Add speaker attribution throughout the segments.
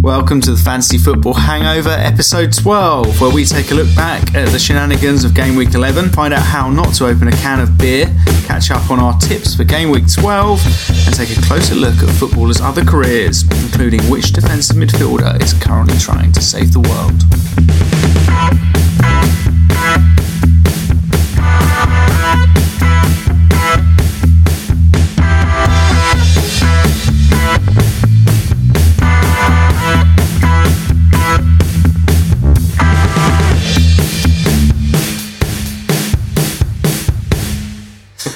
Speaker 1: Welcome to the Fantasy Football Hangover, episode 12, where we take a look back at the shenanigans of Game Week 11, find out how not to open a can of beer, catch up on our tips for Game Week 12, and take a closer look at footballers' other careers, including which defensive midfielder is currently trying to save the world.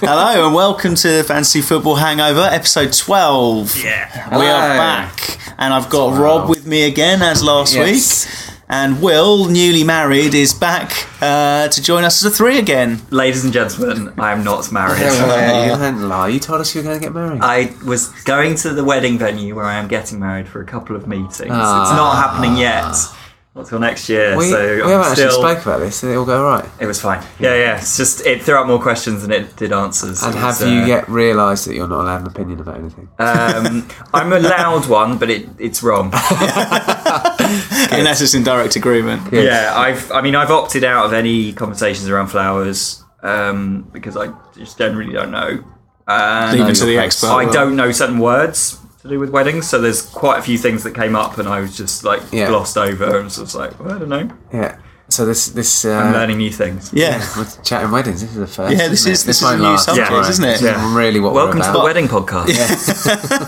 Speaker 1: Hello and welcome to the Fantasy Football Hangover, episode 12.
Speaker 2: Yeah.
Speaker 1: We are
Speaker 3: Hello.
Speaker 1: back, and I've got Rob with me again as last
Speaker 3: Yes.
Speaker 1: week, and Will, newly married, is back uh, to join us as a three again.
Speaker 2: Ladies and gentlemen, I'm not
Speaker 3: Don't
Speaker 2: married.
Speaker 3: worry, you don't lie. You told us you were going to get married.
Speaker 2: uh, I was going to the wedding venue where I am getting married for a couple of meetings. It's
Speaker 3: Ah.
Speaker 2: not happening yet. Not till next year.
Speaker 3: we,
Speaker 2: so
Speaker 3: we
Speaker 2: I'm
Speaker 3: haven't
Speaker 2: still,
Speaker 3: actually spoke about this. Did it all go right?
Speaker 2: It was fine. Yeah, yeah. It's just it threw out more questions than it did answers.
Speaker 3: And
Speaker 2: It
Speaker 3: have
Speaker 2: was,
Speaker 3: you
Speaker 2: uh,
Speaker 3: yet realised that you're not allowed an opinion about anything?
Speaker 2: Um, I'm a loud one, but it, it's wrong.
Speaker 3: Oh,
Speaker 1: Unless it's in direct agreement.
Speaker 3: Good.
Speaker 2: Yeah, I've. I mean, I've opted out of any conversations around flowers um, because I just generally don't know. And
Speaker 1: Leave it to the
Speaker 3: you're
Speaker 1: expert.
Speaker 2: I don't know certain words to do with weddings, so there's quite a few things that came up, and I was just like
Speaker 3: Yeah.
Speaker 2: glossed over, and was just like, well, I don't know.
Speaker 3: Yeah. So this this
Speaker 2: I'm
Speaker 3: uh,
Speaker 2: learning new things.
Speaker 1: Yeah.
Speaker 3: we're chatting weddings. This is the first.
Speaker 1: Yeah, this
Speaker 3: isn't
Speaker 1: is-
Speaker 3: it?
Speaker 1: this is a
Speaker 3: won't
Speaker 1: new
Speaker 3: last,
Speaker 2: subject,
Speaker 3: right?
Speaker 1: isn't it?
Speaker 3: This is
Speaker 2: Yeah.
Speaker 3: really what
Speaker 2: Welcome
Speaker 3: we're
Speaker 2: to
Speaker 3: about.
Speaker 2: the wedding podcast.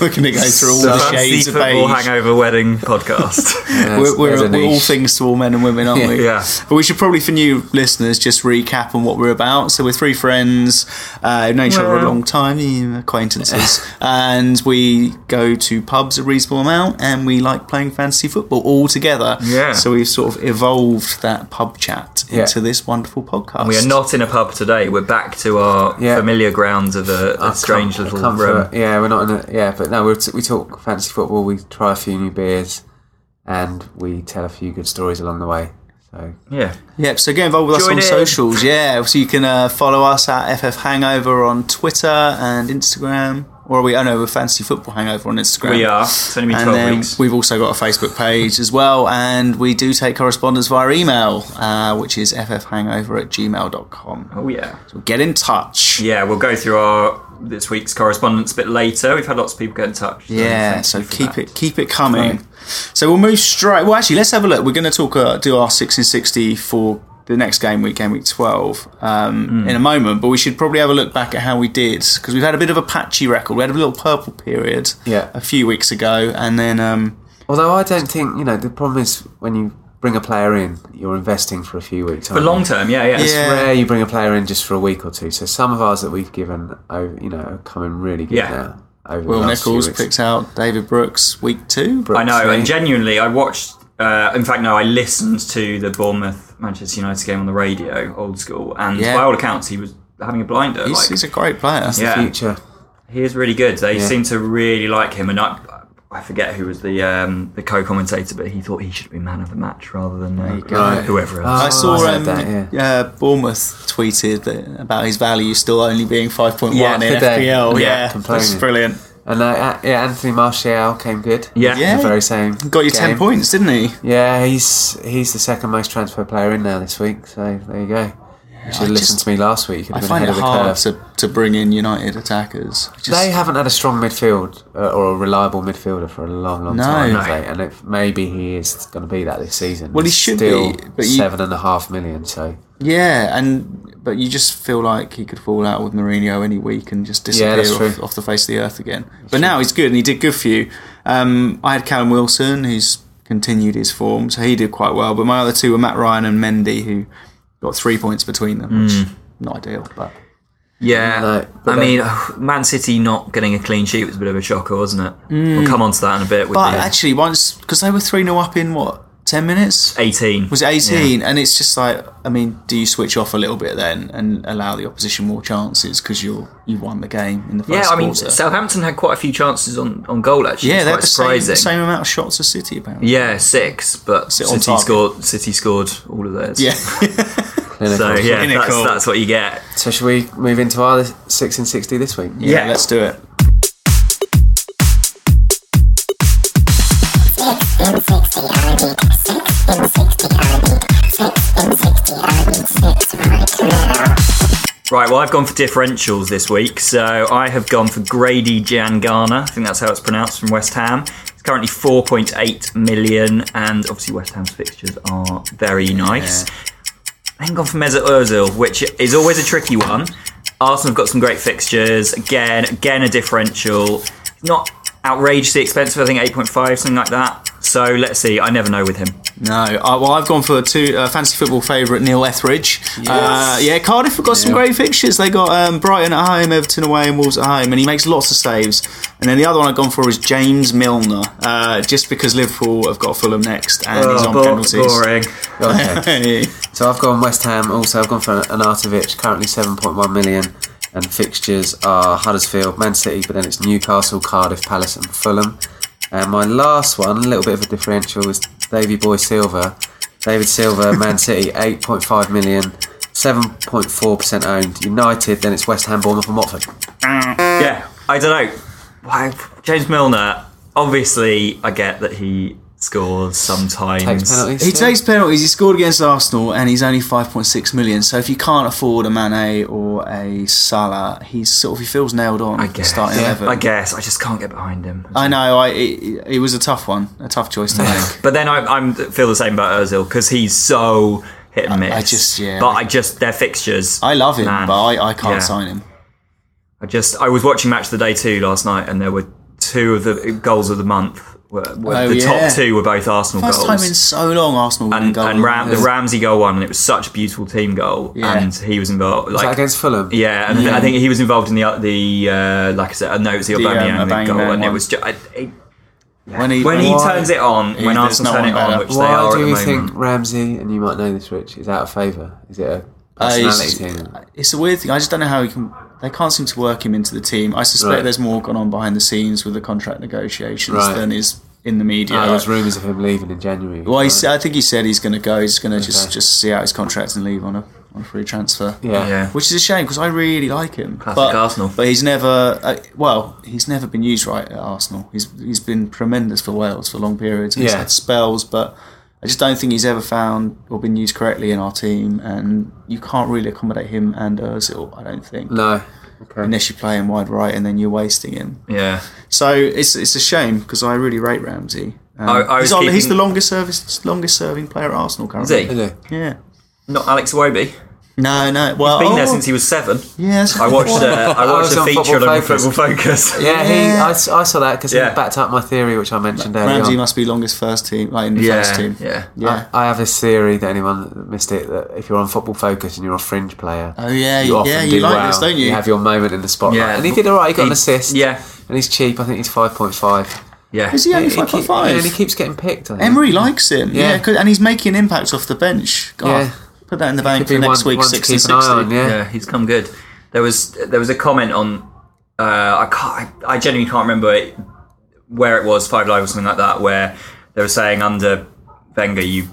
Speaker 1: We're going to go through all
Speaker 2: The
Speaker 1: the
Speaker 2: Fancy
Speaker 1: shades of
Speaker 2: football
Speaker 1: beige.
Speaker 2: hangover wedding podcast.
Speaker 3: Yeah,
Speaker 1: We're,
Speaker 3: there's
Speaker 1: we're,
Speaker 3: a
Speaker 1: we're all
Speaker 3: niche.
Speaker 1: things to all men and women, aren't we?
Speaker 2: Yeah.
Speaker 1: But we should probably, for new listeners, just recap on what we're about. So we're three friends, uh, who've known each other a
Speaker 2: Well.
Speaker 1: long time, eh, acquaintances, and we go to pubs a reasonable amount, and we like playing fantasy football all together.
Speaker 2: Yeah.
Speaker 1: So we've sort of evolved that pub chat
Speaker 3: Yeah.
Speaker 1: into this wonderful podcast.
Speaker 2: we are not in a pub today. We're back to our
Speaker 3: Yeah.
Speaker 2: familiar grounds of a, a
Speaker 3: Our
Speaker 2: strange
Speaker 3: com-
Speaker 2: little
Speaker 3: comfort-
Speaker 2: room.
Speaker 3: Yeah, we're not in a. Yeah, but no, we're t- we talk fantasy football. We try a few new beers, and we tell a few good stories along the way. So
Speaker 2: Yeah.
Speaker 1: Yep, so get involved with us
Speaker 2: Join
Speaker 1: on
Speaker 2: in.
Speaker 1: socials. Yeah, so you can uh, follow us at FF Hangover on Twitter and Instagram. Or are we? Oh no, we're Fantasy Football Hangover on Instagram.
Speaker 2: We are. It's only been
Speaker 1: And
Speaker 2: 12
Speaker 1: then
Speaker 2: weeks.
Speaker 1: we've also got a Facebook page as well, and we do take correspondence via email, uh, which is ffhangover at gmail.com.
Speaker 2: Oh, yeah.
Speaker 1: So get in touch.
Speaker 2: Yeah, we'll go through our this week's correspondence a bit later. We've had lots of people get in touch. so
Speaker 1: Yeah,
Speaker 2: thank
Speaker 1: so
Speaker 2: you for
Speaker 1: keep
Speaker 2: that.
Speaker 1: it keep it coming. So we'll move straight. Well, actually, let's have a look. We're going to talk uh, do our six and sixty for the next game week, game week twelve, um,
Speaker 2: Hmm.
Speaker 1: in a moment. But we should probably have a look back at how we did because we've had a bit of a patchy record. We had a little purple period,
Speaker 3: Yeah.
Speaker 1: a few weeks ago, and then um,
Speaker 3: Although I don't think you know the problem is when you bring a player in, you're investing for a few weeks.
Speaker 2: For long term, yeah, yeah.
Speaker 1: Yeah.
Speaker 3: it's rare you bring a player in just for a week or two. So some of ours that we've given, oh, you know, are coming really good
Speaker 2: Yeah.
Speaker 3: now. Over
Speaker 1: Will
Speaker 3: the last
Speaker 1: Nichols
Speaker 3: few weeks.
Speaker 1: picked out David Brooks week two.
Speaker 2: I know,
Speaker 3: Brooks,
Speaker 2: and
Speaker 3: mate.
Speaker 2: genuinely, I watched. Uh, in fact, no, I listened to the Bournemouth Manchester United game on the radio, old school, and
Speaker 1: Yeah.
Speaker 2: by all accounts, he was having a blinder.
Speaker 1: He's,
Speaker 2: like,
Speaker 1: he's a great player.
Speaker 2: yeah,
Speaker 3: Future,
Speaker 2: he is really good. They
Speaker 3: Yeah.
Speaker 2: seem to really like him, and I, I forget who was the um, the co-commentator, but he thought he should be man of the match rather than uh,
Speaker 3: Right.
Speaker 2: whoever
Speaker 3: Oh,
Speaker 2: else.
Speaker 1: I saw
Speaker 3: I heard
Speaker 1: um,
Speaker 3: that,
Speaker 1: uh, Bournemouth tweeted that, about his value still only being 5.1
Speaker 2: Yeah,
Speaker 1: in
Speaker 3: today.
Speaker 1: FPL.
Speaker 2: Yeah,
Speaker 1: Yeah, that's
Speaker 3: complaining.
Speaker 1: brilliant.
Speaker 3: and uh, uh, yeah, Anthony Martial came good.
Speaker 2: yeah,
Speaker 1: Yeah.
Speaker 3: the very same.
Speaker 1: Got you 10
Speaker 3: game.
Speaker 1: points, didn't he?
Speaker 3: Yeah, he's he's the second most transfer player in now this week. So there you go. You should have listened
Speaker 1: just-
Speaker 3: to me last week. You could
Speaker 1: I
Speaker 3: have been
Speaker 1: find
Speaker 3: ahead
Speaker 1: it
Speaker 3: of the
Speaker 1: hard
Speaker 3: curve.
Speaker 1: to, to bring in United attackers. Just,
Speaker 3: they haven't had a strong midfield uh, or a reliable midfielder for a long, long
Speaker 1: No.
Speaker 3: time,
Speaker 1: No.
Speaker 3: have they? And if maybe he is going to be that this season.
Speaker 1: Well, he
Speaker 3: He's
Speaker 1: should
Speaker 3: still
Speaker 1: be, but you-
Speaker 3: seven and a half million. So
Speaker 1: yeah, and but you just feel like he could fall out with Mourinho any week and just disappear
Speaker 3: Yeah, that's
Speaker 1: off,
Speaker 3: true.
Speaker 1: off the face of the earth again. but now he's good, and he did good for you. Um, I had Callum Wilson, who's continued his form, so he did quite well. But my other two were Matt Ryan and Mendy, who got three points between them, which not ideal, but.
Speaker 2: yeah.
Speaker 3: No, but
Speaker 2: I
Speaker 3: they-
Speaker 2: mean, Man City not getting a clean sheet was a bit of a shocker, wasn't it? We'll come on to that in a bit. With
Speaker 1: Hmm. But
Speaker 2: the
Speaker 1: actually, once because they were three 0 up in what ten minutes
Speaker 2: eighteen
Speaker 1: was it eighteen, and it's just like I mean, do you switch off a little bit then and allow the opposition more chances because you you won the game in the first
Speaker 2: Yeah, I mean,
Speaker 1: quarter?
Speaker 2: Southampton had quite a few chances on, on goal actually.
Speaker 1: yeah,
Speaker 2: it's
Speaker 1: they
Speaker 2: quite
Speaker 1: had the same,
Speaker 2: surprising.
Speaker 1: same amount of shots as City apparently.
Speaker 2: Yeah, six, but
Speaker 1: Sit on
Speaker 2: City
Speaker 1: target.
Speaker 2: scored. City scored all of theirs.
Speaker 1: Yeah,
Speaker 3: clinical.
Speaker 2: So yeah,
Speaker 1: Clinical.
Speaker 2: that's, that's what you get.
Speaker 3: So should we move into our six and sixty this week?
Speaker 1: yeah, let's do it.
Speaker 2: Right, well, I've gone for differentials this week. So I have gone for Grady Jangana. I think that's how it's pronounced from West Ham. It's currently 4.8 million, and obviously West Ham's fixtures are very nice. I haven't gone for Mesut Ozil, which is always a tricky one. Arsenal have got some great fixtures. Again, again a differential. Not outrageously expensive. I think 8.5, something like that. So let's see. I never know with him.
Speaker 1: No, uh, well, I've gone for two uh, fancy football favourite Neil Etheridge. Uh, yeah, Cardiff have got some great fixtures. They got um, Brighton at home, Everton away, and Wolves at home, and he makes lots of saves. And then the other one I've gone for is James Milner, uh, just because Liverpool have got Fulham next, and he's on
Speaker 2: bo-
Speaker 1: penalties.
Speaker 2: boring.
Speaker 3: Okay.
Speaker 1: Hey.
Speaker 3: So I've gone West Ham. Also, I've gone for Anatovic. Currently, seven point one million, and fixtures are Huddersfield, Man City, but then it's Newcastle, Cardiff, Palace, and Fulham. And my last one, a little bit of a differential, is Davy Boy Silva. David Silva, Man City, eight point five million. 7.4% owned. United, then it's West Ham, Bournemouth, and Watford.
Speaker 2: Yeah, I don't know. Why James Milner? Obviously, I get that he scores sometimes.
Speaker 3: Takes penalties.
Speaker 1: He
Speaker 3: yeah.
Speaker 1: takes penalties. He scored against Arsenal, and he's only five point six million. So if you can't afford a Mane or a Salah, he's sort of he feels nailed on.
Speaker 2: I guess.
Speaker 1: starting
Speaker 2: Yeah.
Speaker 1: eleven.
Speaker 2: I guess I just can't get behind him.
Speaker 1: I know. I it, it was a tough one, a tough choice to make.
Speaker 2: But then I I'm, feel the same about Ozil because he's so hit and miss.
Speaker 1: I just- yeah.
Speaker 2: But I just their fixtures.
Speaker 1: I love him,
Speaker 2: Man.
Speaker 1: but I, I can't
Speaker 2: Yeah.
Speaker 1: sign him.
Speaker 2: I just I was watching match of the day two last night, and there were two of the goals of the month. Were, were
Speaker 1: Oh,
Speaker 2: the
Speaker 1: yeah.
Speaker 2: top two were both Arsenal
Speaker 1: First
Speaker 2: goals.
Speaker 1: time in so long, Arsenal winning
Speaker 2: and,
Speaker 1: goal.
Speaker 2: and Ram, the
Speaker 1: Yeah.
Speaker 2: Ramsey goal one, and it was such a beautiful team goal,
Speaker 1: Yeah.
Speaker 2: and he was involved. Like
Speaker 3: Is that against Fulham?
Speaker 2: Yeah, and I think he was involved in the the uh, like I said, no, it was the
Speaker 1: The, um,
Speaker 2: Aubameyang
Speaker 1: Aubameyang
Speaker 2: goal, and it
Speaker 1: one.
Speaker 2: was just, I, it,
Speaker 1: when he,
Speaker 2: when he
Speaker 1: why-
Speaker 2: turns it on,
Speaker 1: Yeah,
Speaker 2: when
Speaker 1: there's
Speaker 2: Arsenal
Speaker 1: no
Speaker 2: turn
Speaker 1: one
Speaker 2: it on,
Speaker 1: better.
Speaker 2: which they
Speaker 3: Why
Speaker 2: are
Speaker 3: do
Speaker 2: at
Speaker 3: you
Speaker 2: the
Speaker 3: think
Speaker 2: moment.
Speaker 3: Ramsey, and you might know this, Rich, is out of favour? Is it a
Speaker 1: Uh,
Speaker 3: personality
Speaker 1: it's,
Speaker 3: thing?
Speaker 1: it's a weird thing. I just don't know how he can. They can't seem to work him into the team. I suspect
Speaker 3: Right.
Speaker 1: there's more gone on behind the scenes with the contract negotiations
Speaker 3: Right.
Speaker 1: than is in the media.
Speaker 3: Ah, there was rumours of him leaving in January.
Speaker 1: well, he
Speaker 3: right?
Speaker 1: said- I think he said he's going to go. He's going to just
Speaker 3: Okay.
Speaker 1: just see out his contract and leave on a on a free transfer.
Speaker 3: yeah.
Speaker 2: Yeah.
Speaker 1: Which is a shame because I really like him.
Speaker 2: Classic
Speaker 1: but,
Speaker 2: Arsenal.
Speaker 1: But he's never, uh, well, he's never been used right at Arsenal. He's he's been tremendous for Wales for long periods. And He's
Speaker 3: Yeah.
Speaker 1: had spells, but I just don't think he's ever found or been used correctly in our team. And you can't really accommodate him and Ozil, I don't think.
Speaker 3: No. Okay.
Speaker 1: Unless you play him wide right and then you're wasting him.
Speaker 2: Yeah,
Speaker 1: So it's it's a shame because I really rate Ramsey. Um,
Speaker 2: I- I was
Speaker 1: he's, our- he's
Speaker 2: keeping-
Speaker 1: the longest service, longest serving player at Arsenal currently.
Speaker 2: he?
Speaker 3: Really?
Speaker 1: Yeah.
Speaker 2: not Alex Iwobi.
Speaker 1: No, no. Well,
Speaker 2: Been there
Speaker 1: oh,
Speaker 2: since he was seven.
Speaker 1: yes.
Speaker 2: I watched uh, I
Speaker 3: I
Speaker 2: watched
Speaker 3: was
Speaker 2: a
Speaker 3: on
Speaker 2: feature
Speaker 3: Football
Speaker 2: on
Speaker 3: Focus.
Speaker 2: Football Focus.
Speaker 3: Yeah, he. I, s- I saw that because
Speaker 2: Yeah.
Speaker 3: he backed up my theory, which I mentioned earlier.
Speaker 1: Ramsey
Speaker 3: on. Uh,
Speaker 1: must be longest first team, like in the first
Speaker 2: yeah,
Speaker 1: team.
Speaker 2: yeah.
Speaker 1: Yeah.
Speaker 3: I, I have this theory that anyone that missed it that if you're on Football Focus and you're a fringe player,
Speaker 1: Oh yeah,
Speaker 3: you often
Speaker 1: yeah,
Speaker 3: do
Speaker 1: you like
Speaker 3: well.
Speaker 1: this, don't you?
Speaker 3: You have your moment in the spotlight,
Speaker 2: Yeah.
Speaker 3: and he did all right. He got
Speaker 2: He-
Speaker 3: an assist.
Speaker 2: yeah.
Speaker 3: and he's cheap. I think he's five point five.
Speaker 2: Yeah,
Speaker 1: Is he only five
Speaker 3: keep-
Speaker 1: point five?
Speaker 3: And he keeps getting picked. I think.
Speaker 1: Emery likes him, yeah,
Speaker 3: Yeah.
Speaker 1: 'cause- and he's making an impact off the bench. God,
Speaker 3: Yeah.
Speaker 1: put that in the bank
Speaker 3: Could
Speaker 1: for
Speaker 3: be
Speaker 1: next
Speaker 3: one-
Speaker 1: week,
Speaker 3: one to
Speaker 1: six
Speaker 3: keep
Speaker 1: and
Speaker 3: an eye
Speaker 1: sixty.
Speaker 3: on, yeah.
Speaker 2: yeah, he's come good. There was there was a comment on uh, I can't I, I genuinely can't remember it, where it was Five Live or something like that where they were saying under Wenger you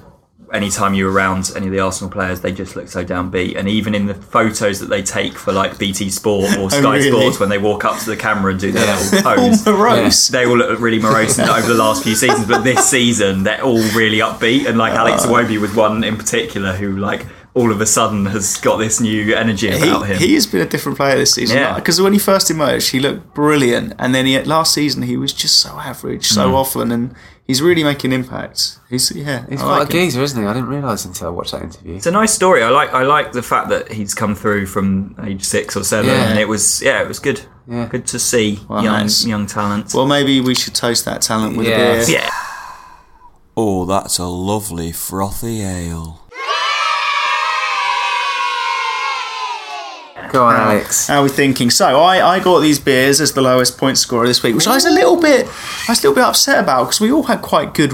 Speaker 2: anytime you're around any of the Arsenal players they just look so downbeat and even in the photos that they take for like BT Sport or Sky
Speaker 1: really?
Speaker 2: Sports when they walk up to the camera and do their
Speaker 3: Oh, Yeah.
Speaker 2: little
Speaker 1: All
Speaker 2: pose
Speaker 1: morose.
Speaker 2: they all look really morose in- over the last few seasons, but this season they're all really upbeat. And like Alex
Speaker 1: Ah.
Speaker 2: Iwobi was one in particular who like all of a sudden has got this new energy about
Speaker 1: He,
Speaker 2: him.
Speaker 1: he has been a different player this season.
Speaker 2: Yeah.
Speaker 1: Because when he first emerged, he looked brilliant, and then he, last season he was just so average,
Speaker 2: Mm.
Speaker 1: so often, and he's really making impacts. He's yeah,
Speaker 3: He's
Speaker 1: I
Speaker 3: quite
Speaker 1: like
Speaker 3: a
Speaker 1: him.
Speaker 3: geezer, isn't he? I didn't realise until I watched that interview.
Speaker 2: it's a nice story. I like I like the fact that he's come through from age six or seven,
Speaker 3: Yeah.
Speaker 2: and it was yeah, it was good.
Speaker 3: Yeah.
Speaker 2: Good to see
Speaker 1: Well,
Speaker 2: young
Speaker 1: nice.
Speaker 2: young talent.
Speaker 1: Well, maybe we should toast that talent with a
Speaker 3: Yeah.
Speaker 1: beer.
Speaker 2: yeah.
Speaker 4: Oh, that's a lovely frothy ale.
Speaker 3: Go on, Alex.
Speaker 1: How are we thinking? So I, I got these beers as the lowest point scorer this week, which I was a little bit I was a little bit upset about because we all had quite good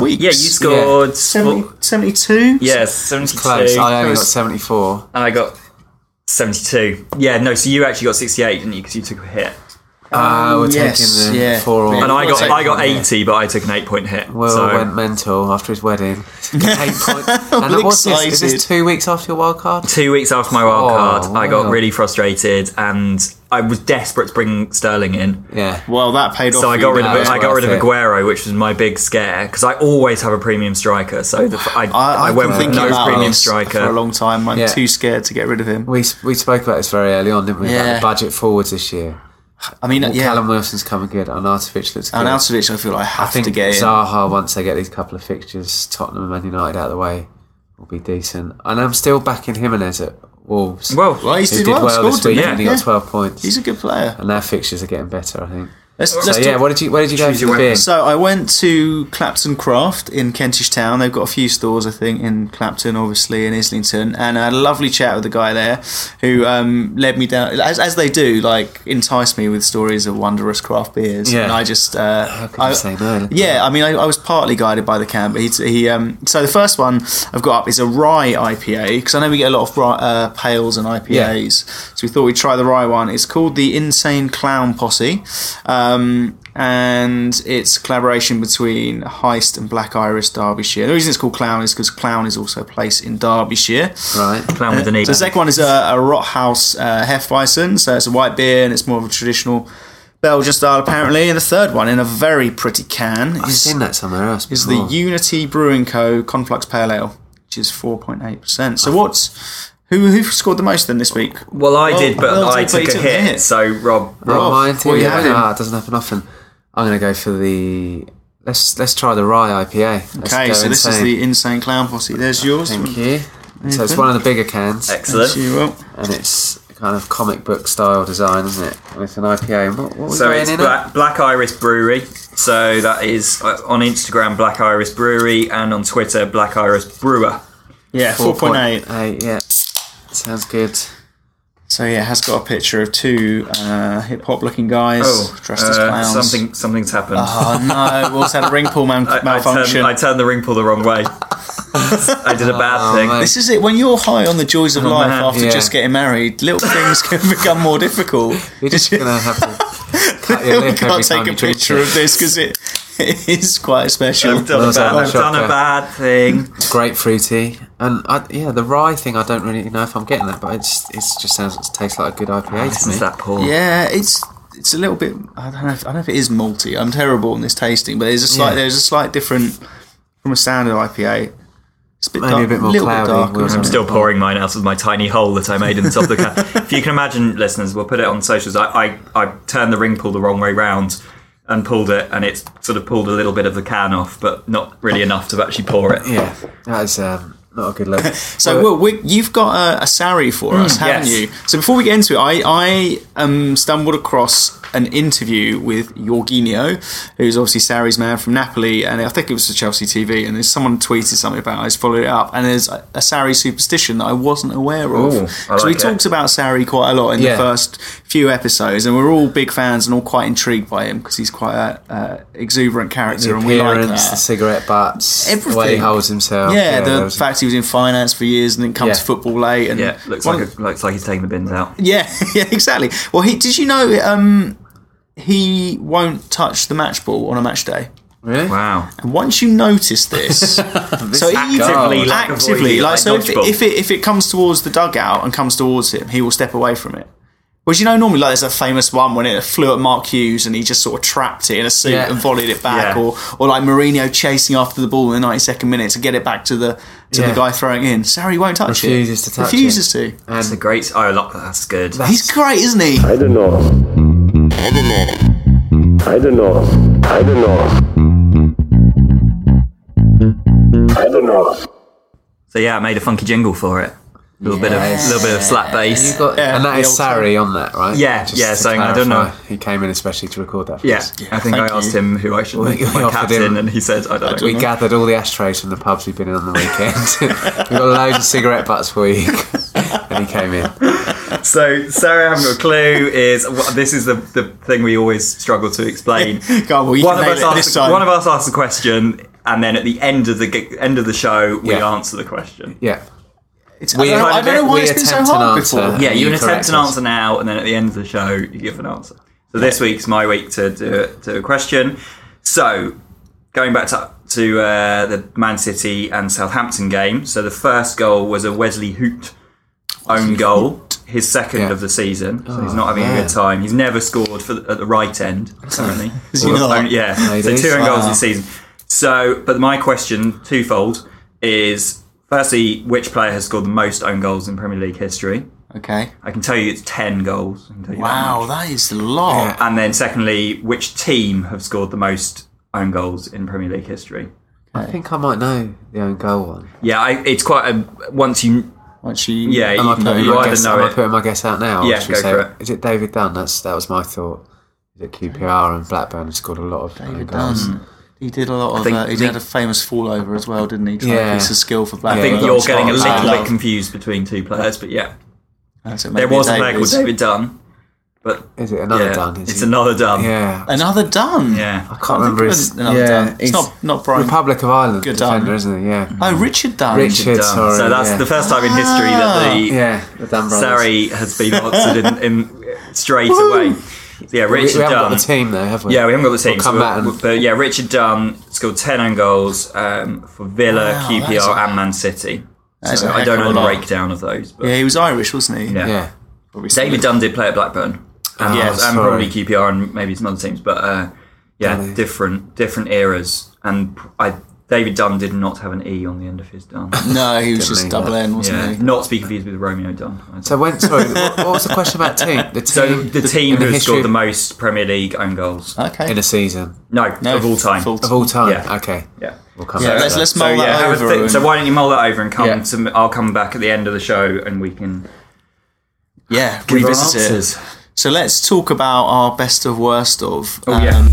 Speaker 1: weeks.
Speaker 2: Yeah, you scored. four-
Speaker 1: 70, 72?
Speaker 2: yeah, seventy-two.
Speaker 3: Close. I only got
Speaker 1: Close.
Speaker 3: seventy four.
Speaker 2: and I got seventy-two. Yeah, no. So you actually got sixty-eight, didn't you? Because you took a hit.
Speaker 3: Ah, we're
Speaker 1: yes,
Speaker 3: taking the
Speaker 1: yeah.
Speaker 3: four all.
Speaker 2: And I got
Speaker 1: Well,
Speaker 2: I got
Speaker 1: take-
Speaker 2: eighty, but I took an eight-point hit.
Speaker 3: Will
Speaker 2: so.
Speaker 3: went mental after his wedding. Eight points. And
Speaker 1: I'm
Speaker 3: what's this? Is
Speaker 1: excited.
Speaker 3: this two weeks after your wild card?
Speaker 2: two weeks after my wild
Speaker 3: Oh,
Speaker 2: card, I got
Speaker 3: wow.
Speaker 2: really frustrated and I was desperate to bring Sterling in.
Speaker 3: Yeah.
Speaker 1: Well, that paid off.
Speaker 2: So I
Speaker 1: for
Speaker 2: got
Speaker 1: you
Speaker 2: rid of
Speaker 1: now.
Speaker 3: it's
Speaker 2: I got
Speaker 3: worth
Speaker 2: rid of
Speaker 3: it.
Speaker 2: Aguero, which was my big scare because I always have a premium striker. So the,
Speaker 1: I,
Speaker 2: I, I,
Speaker 1: I've
Speaker 2: went
Speaker 1: been
Speaker 2: with
Speaker 1: thinking
Speaker 2: no
Speaker 1: about
Speaker 2: premium
Speaker 1: this for a
Speaker 2: striker.
Speaker 1: long time. I'm
Speaker 3: Yeah.
Speaker 1: too scared to get rid of him.
Speaker 3: We, we spoke about this very early on, didn't we? About
Speaker 1: Yeah.
Speaker 3: the budget forwards this year.
Speaker 1: I mean, yeah,
Speaker 3: Callum Wilson's coming good. Arnautovic looks good.
Speaker 1: and Alcevic, I feel like I have
Speaker 3: I think
Speaker 1: to get in.
Speaker 3: Zaha, once they get these couple of fixtures, Tottenham and Man United out of the way, will be decent. And I'm still backing Jimenez at Wolves.
Speaker 2: Well,
Speaker 1: Well, he's
Speaker 3: who
Speaker 1: did
Speaker 3: did
Speaker 1: well,
Speaker 3: well
Speaker 1: scored,
Speaker 3: this week
Speaker 1: didn't he?
Speaker 3: and he
Speaker 1: Yeah.
Speaker 3: got 12 points.
Speaker 1: He's a good player.
Speaker 3: and their fixtures are getting better, I think.
Speaker 1: Let's,
Speaker 3: so
Speaker 1: let's
Speaker 3: yeah,
Speaker 1: talk-
Speaker 3: what did you where did you go
Speaker 2: Choose
Speaker 3: for
Speaker 2: your
Speaker 3: the beer?
Speaker 2: weapons.
Speaker 1: So I went to Clapton Craft in Kentish Town. They've got a few stores, I think, in Clapton, obviously, in Islington, and I had a lovely chat with the guy there who um, led me down, as, as they do, like entice me with stories of wondrous craft beers.
Speaker 3: Yeah.
Speaker 1: And I just, uh, How
Speaker 3: could you say no?
Speaker 1: Yeah, Uh, I mean, I, I was partly guided by the can, but he, he um, so the first one I've got up is a rye IPA because I know we get a lot of rye, uh, pales and IPAs, so we thought we'd try the rye one. It's called the Insane Clown Posse, um, and it's a collaboration between Heist and Black Iris Derbyshire. The reason it's called Clown is because Clown is also a place in Derbyshire.
Speaker 3: Right.
Speaker 2: clown with an
Speaker 1: So
Speaker 2: ego.
Speaker 1: the second one is a, a Rothaus uh, Hefeweizen. So it's a white beer and it's more of a traditional Belgian style apparently. And the third one in a very pretty can
Speaker 3: I've
Speaker 1: is,
Speaker 3: seen that somewhere else.
Speaker 1: is the
Speaker 3: before.
Speaker 1: Unity Brewing Co. Conflux Pale Ale, which is 4.8%. So what's... Who, who scored the most then this week?
Speaker 2: Well, I
Speaker 1: Well,
Speaker 2: did, but
Speaker 1: well,
Speaker 2: I
Speaker 1: but you
Speaker 2: took a
Speaker 1: took the
Speaker 2: hit.
Speaker 1: hit.
Speaker 2: So Rob,
Speaker 3: Not
Speaker 1: Rob,
Speaker 3: mine,
Speaker 1: what are you
Speaker 3: yeah,
Speaker 1: having?
Speaker 3: ah, it doesn't happen often. I'm gonna go for the let's let's try the rye IPA. Let's
Speaker 1: Okay,
Speaker 3: go
Speaker 1: so this is
Speaker 3: insane.
Speaker 1: the Mm-hmm. Insane Clown Posse. There's yours.
Speaker 3: Thank you. So it's one of the bigger cans,
Speaker 1: Thank
Speaker 2: excellent.
Speaker 1: you, Will.
Speaker 3: and it's kind of comic book style design, isn't it? And it's an IPA. And What, what was
Speaker 2: So
Speaker 3: going
Speaker 2: it's
Speaker 3: in
Speaker 2: Black, Black Iris Brewery. So that is uh, on Instagram, Black Iris Brewery, and on Twitter, Black Iris Brewer.
Speaker 1: Yeah,
Speaker 3: it?
Speaker 1: 4.8.
Speaker 3: Eight, yeah. Sounds good.
Speaker 1: So yeah, it has got a picture of two uh, hip hop looking guys
Speaker 2: Oh,
Speaker 1: dressed as
Speaker 2: uh,
Speaker 1: clowns.
Speaker 2: something something's happened.
Speaker 1: Oh no, Will's had a ring pull man-
Speaker 2: I, I,
Speaker 1: malfunction.
Speaker 2: turned, I turned the ring pull the wrong way. I did a bad thing.
Speaker 3: mate.
Speaker 1: This is it. When you're high on the joys of life
Speaker 2: man.
Speaker 1: after
Speaker 3: Yeah.
Speaker 1: just getting married, little things can become more difficult.
Speaker 3: You're just gonna have to cut your
Speaker 1: Phil
Speaker 3: lip every
Speaker 1: can't
Speaker 3: time
Speaker 1: take
Speaker 3: you
Speaker 1: a
Speaker 3: drink
Speaker 1: picture
Speaker 3: it.
Speaker 1: of this because it, it is quite special.
Speaker 2: I've done, a
Speaker 3: Those
Speaker 2: bad,
Speaker 3: are
Speaker 2: I've done a
Speaker 3: shocker.
Speaker 2: bad thing.
Speaker 3: grapefruity and I, yeah the rye thing I don't really know if I'm getting that but it's it's just sounds it tastes like a good IPA to me
Speaker 2: Is that poor?
Speaker 1: Yeah, it's it's a little bit. I don't know. If, I don't know if it is malty. I'm terrible in this tasting, but there's a slight
Speaker 3: Yeah.
Speaker 1: there's a slight different from a standard IPA. It's a bit
Speaker 3: Maybe
Speaker 1: dark,
Speaker 3: a bit more
Speaker 1: little
Speaker 3: cloudy,
Speaker 1: bit darker.
Speaker 3: wasn't it?
Speaker 2: Still pouring mine out of my tiny hole that I made in the top of the can. if you can imagine, listeners, we'll put it on socials. I, I, I turned the ring pull the wrong way round and pulled it, and it's sort of pulled a little bit of the can off, but not really enough to actually pour it.
Speaker 3: yeah that is um, not a good look
Speaker 1: So, Will, we, you've got a, a sari for us, haven't
Speaker 2: Hmm, yes.
Speaker 1: you? So, before we get into it, I, I um, stumbled across an interview with Jorginho, who's obviously Sari's man from Napoli, and I think it was for Chelsea TV. And there's someone tweeted something about. It, I just followed it up, and there's a, a sari superstition that I wasn't aware of.
Speaker 2: Ooh, I
Speaker 1: so we
Speaker 2: like it.
Speaker 1: talked about sari quite a lot in the
Speaker 3: Yeah.
Speaker 1: first few episodes, and we're all big fans and all quite intrigued by him because he's quite a uh, exuberant character,
Speaker 3: the
Speaker 1: and we like
Speaker 3: appearance
Speaker 1: that.
Speaker 3: the cigarette butts the way he
Speaker 1: Everything.
Speaker 3: holds himself
Speaker 1: Yeah,
Speaker 3: there
Speaker 1: the
Speaker 3: was-
Speaker 1: fact he was in finance for years and then comes
Speaker 3: Yeah.
Speaker 1: to football late and
Speaker 2: Yeah, looks
Speaker 1: one-
Speaker 2: like a, looks like he's taking the bins out.
Speaker 1: yeah, yeah, exactly. Well, he did you know um, he won't touch the match ball on a match day.
Speaker 3: really
Speaker 2: Wow.
Speaker 1: And once you notice this, so he-
Speaker 2: actively, like,
Speaker 1: actively, like
Speaker 2: avoiding, like,
Speaker 1: so, if,
Speaker 2: dodgeball.
Speaker 1: if it if it comes towards the dugout and comes towards him, he will step away from it. Whereas you know normally like there's a famous one when it flew at Mark Hughes and he just sort of trapped it in a suit
Speaker 3: Yeah.
Speaker 1: and volleyed it back,
Speaker 2: Yeah.
Speaker 1: or or like Mourinho chasing after the ball in the 92nd minute to get it back to the to
Speaker 3: Yeah.
Speaker 1: the guy throwing it in. Sarri won't touch
Speaker 3: Refuses
Speaker 1: it.
Speaker 3: to touch
Speaker 1: refuses
Speaker 3: it.
Speaker 1: to.
Speaker 2: That's a great. Oh, look, that's good.
Speaker 1: He's great, isn't he?
Speaker 5: I don't know. I don't know. I don't know. I don't know.
Speaker 2: So yeah, I made a funky jingle for it. A little bit of
Speaker 3: Yes.
Speaker 2: little bit of slap bass.
Speaker 3: You got,
Speaker 1: Yeah,
Speaker 3: and that
Speaker 1: the
Speaker 3: is
Speaker 1: old
Speaker 3: Sari on that, right?
Speaker 2: Yeah, yeah,
Speaker 3: to
Speaker 2: saying, I don't
Speaker 3: clarify,
Speaker 2: know.
Speaker 3: He came in especially to record that. For
Speaker 2: yeah,
Speaker 3: us.
Speaker 2: I think I
Speaker 1: thank
Speaker 2: asked
Speaker 1: you.
Speaker 2: him who I should make
Speaker 3: we
Speaker 2: my
Speaker 3: offered
Speaker 2: captain,
Speaker 3: him-
Speaker 2: and he said, "I don't
Speaker 1: don't
Speaker 2: know."
Speaker 3: We gathered all the ashtrays from the pubs we've been in on the weekend. we got loads of cigarette butts for you, and he came in.
Speaker 2: So Sarah, I haven't got a clue. Is well, this is the, the thing we always struggle to explain.
Speaker 1: Go on, well, you
Speaker 2: one
Speaker 1: can
Speaker 2: of
Speaker 1: nail
Speaker 2: us
Speaker 1: it this
Speaker 2: asks
Speaker 1: time.
Speaker 2: one of us asks a question, and then at the end of the g- end of the show, we
Speaker 3: Yeah.
Speaker 2: answer the question.
Speaker 3: Yeah,
Speaker 1: It's, I, don't know, I don't know why
Speaker 3: we
Speaker 1: it's been so
Speaker 3: attempt an
Speaker 1: hard
Speaker 3: answer.
Speaker 1: before.
Speaker 2: Yeah, you,
Speaker 3: You
Speaker 2: attempt
Speaker 3: correct
Speaker 2: an
Speaker 3: us.
Speaker 2: answer now, and then at the end of the show, you give an answer. So this week's my week to do to a question. So going back to to uh, the Man City and Southampton game. So the first goal was a Wesley Hoot own goal. his second
Speaker 3: Yeah. Oh,
Speaker 2: of the season. So he's not having a good time. He's never scored for the, at the right end apparently.
Speaker 1: he
Speaker 2: Or-
Speaker 1: not?
Speaker 2: oh, yeah,
Speaker 3: he
Speaker 2: so
Speaker 3: is.
Speaker 2: two own goals
Speaker 3: Wow.
Speaker 2: this season. So, but my question twofold is: firstly, which player has scored the most own goals in Premier League history?
Speaker 1: Okay.
Speaker 2: I can tell you it's ten goals. I can tell you that much.
Speaker 1: Wow, that is a lot.
Speaker 2: And then, secondly, which team have scored the most own goals in Premier League history?
Speaker 3: I think I might know the own goal one.
Speaker 2: Yeah, I, it's quite a once you
Speaker 1: Actually,
Speaker 2: yeah
Speaker 3: Am I
Speaker 2: you,
Speaker 3: putting,
Speaker 2: you
Speaker 3: my,
Speaker 2: either
Speaker 3: guess,
Speaker 2: know
Speaker 3: am I
Speaker 2: it.
Speaker 3: putting my guess out now? or
Speaker 2: Yeah,
Speaker 3: should we
Speaker 2: go
Speaker 3: say-
Speaker 2: for it.
Speaker 3: Is it David Dunn? That's that was my thought. Is it QPR and Blackburn have scored a lot of own
Speaker 1: David
Speaker 3: goals?
Speaker 1: Dunn. He did a lot of.
Speaker 2: think-
Speaker 1: uh, he
Speaker 2: think-
Speaker 1: had a famous fall over as well, didn't he? Trying
Speaker 3: Yeah.
Speaker 1: a piece of skill for
Speaker 2: I
Speaker 1: Blackburn.
Speaker 2: think
Speaker 1: That
Speaker 2: you're
Speaker 1: was
Speaker 2: getting a
Speaker 1: quite
Speaker 2: little
Speaker 1: loud.
Speaker 2: bit confused between two players, but yeah,
Speaker 1: That's it,
Speaker 2: there
Speaker 1: maybe
Speaker 2: was a player
Speaker 1: Davies.
Speaker 2: called David Dunn, but
Speaker 3: Is it another
Speaker 2: yeah,
Speaker 3: Dunn? Is
Speaker 2: it's
Speaker 3: it?
Speaker 2: another Dunn.
Speaker 3: Yeah,
Speaker 1: Another Dunn.
Speaker 2: yeah.
Speaker 3: I can't remember his.
Speaker 1: Another
Speaker 3: yeah,
Speaker 1: Dunn. It's
Speaker 3: he's
Speaker 1: not not Brian.
Speaker 3: Republic of Ireland
Speaker 1: Good Dunn.
Speaker 3: defender, isn't he? Yeah,
Speaker 1: oh, Richard Dunn.
Speaker 3: Richard.
Speaker 2: Dunn.
Speaker 3: sorry,
Speaker 2: so that's
Speaker 3: yeah. Ah.
Speaker 2: the first time in history that the
Speaker 3: yeah, the Dunn brothers.
Speaker 2: Surrey has been answered in, in straight away. So yeah,
Speaker 3: We, we
Speaker 2: Richard
Speaker 3: haven't got
Speaker 2: Dunn.
Speaker 3: the team though, have we?
Speaker 2: Yeah, we haven't got the team.
Speaker 3: We'll come
Speaker 2: so
Speaker 3: back and-
Speaker 2: we'll- but yeah, Richard Dunn scored 10 own goals um, for Villa,
Speaker 1: Wow, that's
Speaker 2: QPR,
Speaker 1: a-
Speaker 2: and Man City.
Speaker 1: is
Speaker 2: So
Speaker 1: a
Speaker 2: I
Speaker 1: heck
Speaker 2: don't
Speaker 1: of a
Speaker 2: know the
Speaker 1: lot.
Speaker 2: breakdown of those. But
Speaker 1: Yeah, he was Irish, wasn't he?
Speaker 2: yeah.
Speaker 3: yeah.
Speaker 2: David Dunn did play at Blackburn.
Speaker 3: Oh,
Speaker 2: yes, and
Speaker 3: sorry.
Speaker 2: probably QPR and maybe some other teams. But uh, yeah,
Speaker 3: Dunny.
Speaker 2: different different eras. And I David Dunn did not have an E on the end of his Dunn.
Speaker 1: No, he was
Speaker 3: Didn't
Speaker 1: just
Speaker 3: he?
Speaker 1: double N, wasn't
Speaker 2: yeah.
Speaker 1: he?
Speaker 2: Not to be confused with Romeo Dunn. I
Speaker 3: So when sorry, what, what was the question about team? The team,
Speaker 2: So the, team
Speaker 3: in
Speaker 2: who has
Speaker 3: history Ah,
Speaker 2: scored
Speaker 3: of-
Speaker 2: the most Premier League own goals.
Speaker 1: Okay.
Speaker 3: in a season
Speaker 2: No,
Speaker 1: No,
Speaker 2: of all time.
Speaker 1: full-
Speaker 3: of all time.
Speaker 2: Yeah.
Speaker 3: Okay,
Speaker 2: Yeah.
Speaker 3: we'll come
Speaker 1: Yeah,
Speaker 3: back.
Speaker 1: let's-
Speaker 3: to that.
Speaker 1: let's mull that
Speaker 2: have a
Speaker 1: over
Speaker 2: think.
Speaker 1: and-
Speaker 2: so why don't you mull that over and come?
Speaker 3: Yeah.
Speaker 2: To, I'll come back at the end of the show and we can
Speaker 1: yeah,
Speaker 2: give our
Speaker 1: revisit it.
Speaker 2: answers.
Speaker 1: So let's talk about our best of worst of. Um,
Speaker 2: Oh, yeah.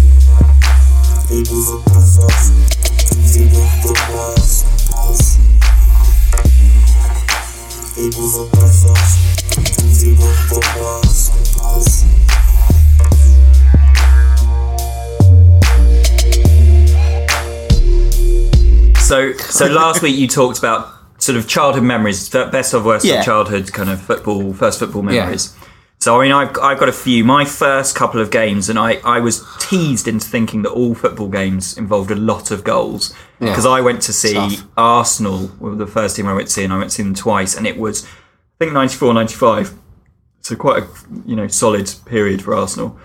Speaker 2: So, so last week you talked about sort of childhood memories, the best of worst
Speaker 1: Yeah.
Speaker 2: of childhood kind of football, first football
Speaker 3: Yeah.
Speaker 2: memories. So, I mean, I've, I've got a few. My first couple of games, and I, I was teased into thinking that all football games involved a lot of goals.
Speaker 3: Yeah.
Speaker 2: Because I went to see
Speaker 1: Tough.
Speaker 2: Arsenal, were the first team I went to see, and I went to see them twice, and it was, I think, 94, 95. So, quite a you know solid period for Arsenal.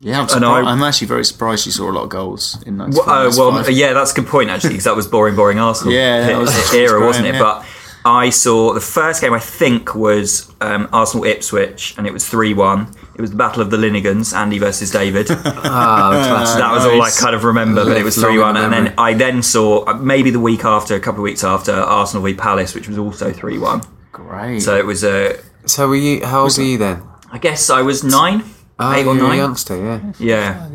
Speaker 1: Yeah, I'm,
Speaker 2: And
Speaker 1: surprised.
Speaker 2: I-
Speaker 1: I'm actually very surprised you saw a lot of goals in
Speaker 2: Well,
Speaker 1: 94.
Speaker 2: uh, well
Speaker 1: 95.
Speaker 2: yeah, that's a good point actually, because that was boring, boring Arsenal.
Speaker 1: Yeah, that was-
Speaker 2: era,
Speaker 1: that was
Speaker 2: wasn't it?
Speaker 1: boring,
Speaker 2: But I saw the first game. I think was um, Arsenal Ipswich, and it was three one. It was the Battle of the Linnigans, Andy versus David.
Speaker 3: Ah, the classic.
Speaker 2: that was all I kind of remember, but it was
Speaker 3: Lives long
Speaker 2: three one.
Speaker 3: in
Speaker 2: And then
Speaker 3: memory.
Speaker 2: I then saw uh, maybe the week after, a couple of weeks after, Arsenal v Palace, which was also three one.
Speaker 1: Great.
Speaker 2: So it was a.
Speaker 3: So were you? How old were you then?
Speaker 2: I guess I was nine,
Speaker 3: Oh,
Speaker 2: eight
Speaker 3: you
Speaker 2: or
Speaker 3: were a
Speaker 2: nine.
Speaker 3: youngster. Yeah.
Speaker 2: Yeah.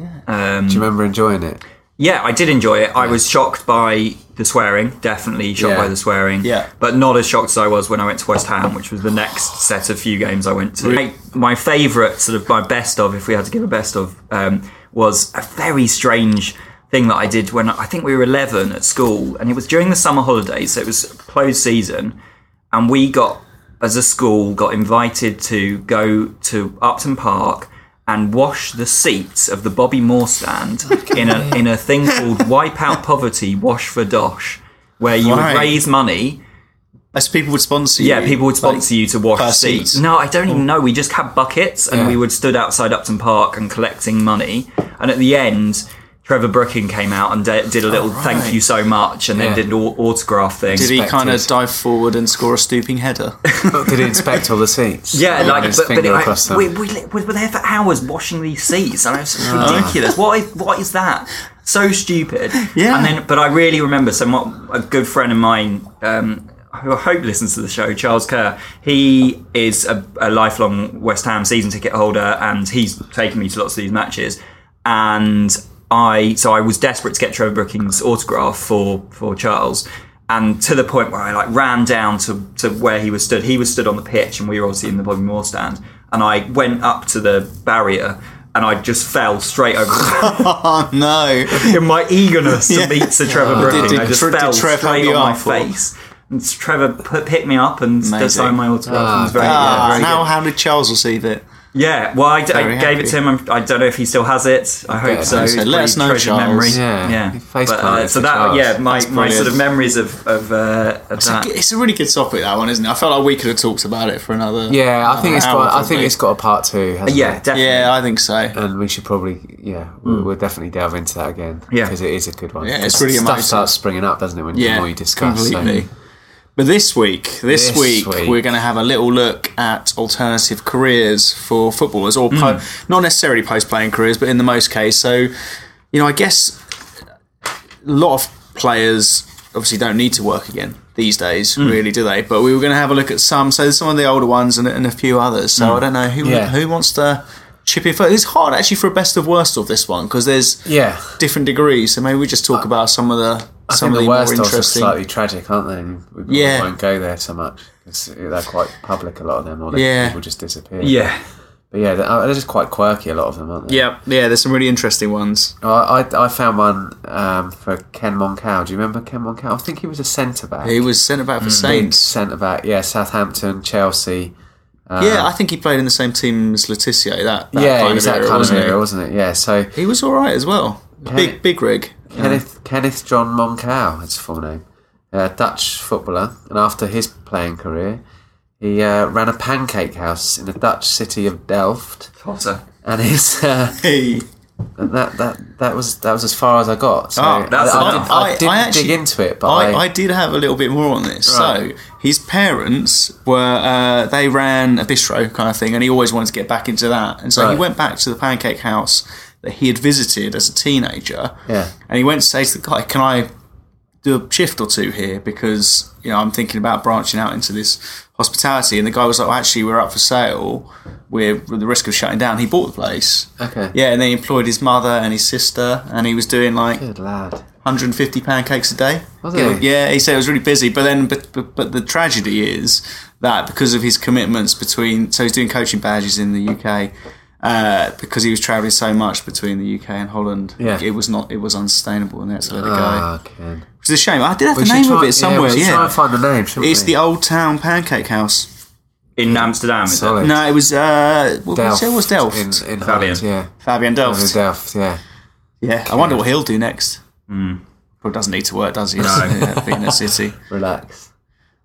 Speaker 2: Um,
Speaker 3: Do you remember enjoying it?
Speaker 2: Yeah, I did enjoy it. I was shocked by the swearing, definitely shocked
Speaker 3: Yeah.
Speaker 2: by the swearing.
Speaker 1: Yeah.
Speaker 2: But not as shocked as I was when I went to West Ham, which was the next set of few games I went to. My, my favourite, sort of my best of, if we had to give a best of, um, was a very strange thing that I did when I think we were 11 at school, and it was during the summer holidays, so it was closed season, and we got, as a school, got invited to go to Upton Park and wash the seats of the Bobby Moore stand in a in a thing called Wipe Out Poverty Wash for Dosh, where you
Speaker 1: Right.
Speaker 2: would raise money.
Speaker 1: As people would sponsor you.
Speaker 2: Yeah, people would sponsor you to wash
Speaker 1: per
Speaker 2: seats.
Speaker 1: seat.
Speaker 2: No, I don't
Speaker 1: Oh.
Speaker 2: even know. We just had buckets and
Speaker 3: Yeah.
Speaker 2: we would stood outside Upton Park and collecting money. And at the end, Trevor Brooking came out and de- did a little
Speaker 1: Oh, right.
Speaker 2: thank you so much and
Speaker 3: Yeah.
Speaker 2: then did an au- autograph thing.
Speaker 1: Did he kind of
Speaker 3: Expected.
Speaker 1: dive forward and score a stooping header?
Speaker 3: Did he inspect all the seats?
Speaker 2: Yeah,
Speaker 3: Or
Speaker 2: like,
Speaker 3: his
Speaker 2: but, but
Speaker 3: finger
Speaker 2: it-
Speaker 3: across
Speaker 2: I,
Speaker 3: them?
Speaker 2: we, we, li- we were there for hours washing these seats, and it's ridiculous. What is, what is that? So stupid.
Speaker 1: Yeah.
Speaker 2: And then, but I really remember. So, my, a good friend of mine, um, who I hope listens to the show, Charles Kerr. He is a, a lifelong West Ham season ticket holder, and he's taken me to lots of these matches. And I, so I was desperate to get Trevor Brookings' autograph for for Charles. And to the point where I like ran down to, to where he was stood. He was stood on the pitch, and we were obviously in the Bobby Moore stand. And I went up to the barrier, and I just fell straight over the
Speaker 1: oh, no.
Speaker 2: in my eagerness to meet Sir Trevor Brooking,
Speaker 1: Oh, did
Speaker 2: I just
Speaker 1: Tre- did
Speaker 2: fell
Speaker 1: Trev help
Speaker 2: straight
Speaker 1: you
Speaker 2: on my
Speaker 1: up, or-
Speaker 2: face. And Trevor put, picked me up and
Speaker 1: Amazing.
Speaker 2: signed my autograph.
Speaker 3: Ah,
Speaker 2: and was very,
Speaker 1: Ah,
Speaker 2: yeah, very
Speaker 1: how,
Speaker 2: good.
Speaker 1: how did Charles receive it?
Speaker 2: Yeah, well, I, d- I
Speaker 1: Very
Speaker 2: gave it to him. I'm, I don't know if he still has it. I hope
Speaker 3: bet.
Speaker 2: so.
Speaker 1: So
Speaker 2: It's
Speaker 1: let
Speaker 2: pretty
Speaker 1: us know,
Speaker 2: treasured
Speaker 1: Charles.
Speaker 2: Memory.
Speaker 3: Yeah.
Speaker 2: yeah.
Speaker 3: He face
Speaker 2: But, uh,
Speaker 3: planted
Speaker 2: so
Speaker 3: for
Speaker 2: that,
Speaker 3: Charles.
Speaker 2: yeah, my,
Speaker 1: That's
Speaker 2: my sort of
Speaker 1: brilliant.
Speaker 2: memories of of, uh, of
Speaker 1: It's
Speaker 2: that.
Speaker 1: a, it's a really good topic that one, isn't it? I felt like we could have talked about it for another.
Speaker 3: Yeah, I think
Speaker 1: another
Speaker 3: it's
Speaker 1: hour,
Speaker 3: got. I think
Speaker 1: probably.
Speaker 3: it's got a part two. Hasn't
Speaker 2: Yeah,
Speaker 3: it?
Speaker 2: definitely.
Speaker 1: Yeah, I think so.
Speaker 3: and we should probably yeah we'll, we'll definitely delve into that again
Speaker 2: Yeah.
Speaker 3: because it is a good one
Speaker 1: Yeah, it's
Speaker 3: 'Cause
Speaker 1: really
Speaker 3: stuff
Speaker 1: emotive.
Speaker 3: starts springing up doesn't it when the
Speaker 1: Yeah,
Speaker 3: more you discuss so-
Speaker 1: completely. But this week, this,
Speaker 3: This
Speaker 1: week,
Speaker 3: week.
Speaker 1: we're going to have a little look at alternative careers for footballers, or po-
Speaker 3: Hmm.
Speaker 1: not necessarily post-playing careers, but in the most case. So, you know, I guess a lot of players obviously don't need to work again these days,
Speaker 3: Hmm.
Speaker 1: really, do they? But we were going to have a look at some, so some of the older ones and, and a few others. So I don't know who
Speaker 3: Hmm. Yeah.
Speaker 1: who wants to chip in first. It's hard actually for a best of worst of this one because there's
Speaker 3: yeah
Speaker 1: different degrees. So maybe we just talk about some of the
Speaker 3: I
Speaker 1: some of
Speaker 3: think the
Speaker 1: the more
Speaker 3: worst odds are
Speaker 1: interesting.
Speaker 3: slightly tragic aren't they And we probably
Speaker 1: Yeah.
Speaker 3: won't go there so much 'cause they're quite public a lot of them or they-
Speaker 1: Yeah.
Speaker 3: people just disappear
Speaker 2: Yeah.
Speaker 3: but yeah they're, they're just quite quirky a lot of them aren't they
Speaker 1: Yeah, yeah. There's some really interesting ones.
Speaker 3: I, I, I found one um, for Ken Moncow do you remember Ken Moncow I think he was a centre back
Speaker 1: He was centre back for
Speaker 3: Mm.
Speaker 1: Saints.
Speaker 3: centre back yeah Southampton Chelsea
Speaker 1: yeah, I think he played in the same team as Letitia. That, that
Speaker 3: Uh, yeah
Speaker 1: kind
Speaker 3: it was
Speaker 1: of
Speaker 3: that
Speaker 1: era,
Speaker 3: kind of
Speaker 1: wasn't he?
Speaker 3: era wasn't it yeah so
Speaker 1: He was all right as well. Big big rig.
Speaker 3: Kenneth Kenneth John Moncow, his full name, a Dutch footballer, and after his playing career, he uh, ran a pancake house in the Dutch city of Delft,
Speaker 2: Potter.
Speaker 3: and his uh,
Speaker 1: Hey,
Speaker 3: and that, that that was that was as far as I got. So
Speaker 1: Oh,
Speaker 2: that's
Speaker 3: I, I,
Speaker 2: a-
Speaker 3: did, I,
Speaker 1: I-
Speaker 3: didn't
Speaker 1: I actually-
Speaker 3: dig into it, but
Speaker 1: I,
Speaker 3: I,
Speaker 1: I did have a little bit more on this.
Speaker 3: Right.
Speaker 1: So his parents were uh, they ran a bistro kind of thing, and he always wanted to get back into that. And so he
Speaker 3: Right.
Speaker 1: went back to the pancake house that he had visited as a teenager.
Speaker 3: Yeah.
Speaker 1: and he went to say to the guy, "Can I do a shift or two here because you know I'm thinking about branching out into this hospitality." And the guy was like, well, "Actually, we're up for sale. We're with the risk of shutting down." He bought the place.
Speaker 3: okay,
Speaker 1: Yeah, and then he employed his mother and his sister, and he was doing like
Speaker 3: good lad.
Speaker 1: 150 pancakes a day.
Speaker 3: Was
Speaker 1: yeah,
Speaker 3: he?
Speaker 1: yeah, he said it was really busy, but then but, but but the tragedy is that because of his commitments between so he's doing coaching badges in the UK uh, because he was traveling so much between the UK and Holland.
Speaker 3: Yeah.
Speaker 1: it was not it was unsustainable, and that's let it go.
Speaker 3: Ah, Ken.
Speaker 1: It's a shame. I did have
Speaker 3: We
Speaker 1: the
Speaker 3: should
Speaker 1: name
Speaker 3: try-
Speaker 1: of it somewhere.
Speaker 3: Yeah, we should
Speaker 1: Yeah,
Speaker 3: try and find the name. shouldn't
Speaker 1: it's
Speaker 3: we?
Speaker 1: the Old Town Pancake House.
Speaker 2: In Amsterdam, is it?
Speaker 3: Solid.
Speaker 1: No, it was uh, what
Speaker 3: Delft
Speaker 1: was it? It was Delft?
Speaker 3: in, in
Speaker 2: Fabian.
Speaker 3: Holland, yeah,
Speaker 1: Fabian
Speaker 3: It was
Speaker 1: Delft.
Speaker 3: Delft, yeah.
Speaker 1: Yeah, I wonder what he'll do next.
Speaker 3: Hmm.
Speaker 1: Probably doesn't need to work, does he? No, being a city.
Speaker 3: Relax.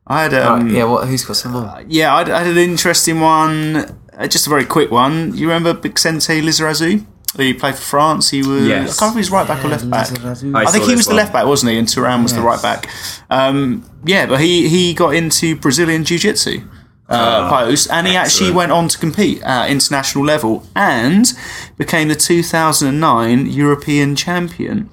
Speaker 1: I had um,
Speaker 3: yeah, what? Who's got some more?
Speaker 1: Uh, Yeah, I, I had an interesting one, uh, just a very quick one. You remember Bixente Lizarazu? He played for France. He was. I
Speaker 2: Yes.
Speaker 1: can't remember if he was right back or left back. I think
Speaker 2: saw
Speaker 1: he
Speaker 2: this
Speaker 1: was the
Speaker 2: one.
Speaker 1: left back, wasn't he? And Turan was the
Speaker 3: Yes.
Speaker 1: right back. Um, yeah, but he, he got into Brazilian Jiu Jitsu uh, post and he actually
Speaker 2: Ah, excellent.
Speaker 1: went on to compete at international level and became the 2009 European champion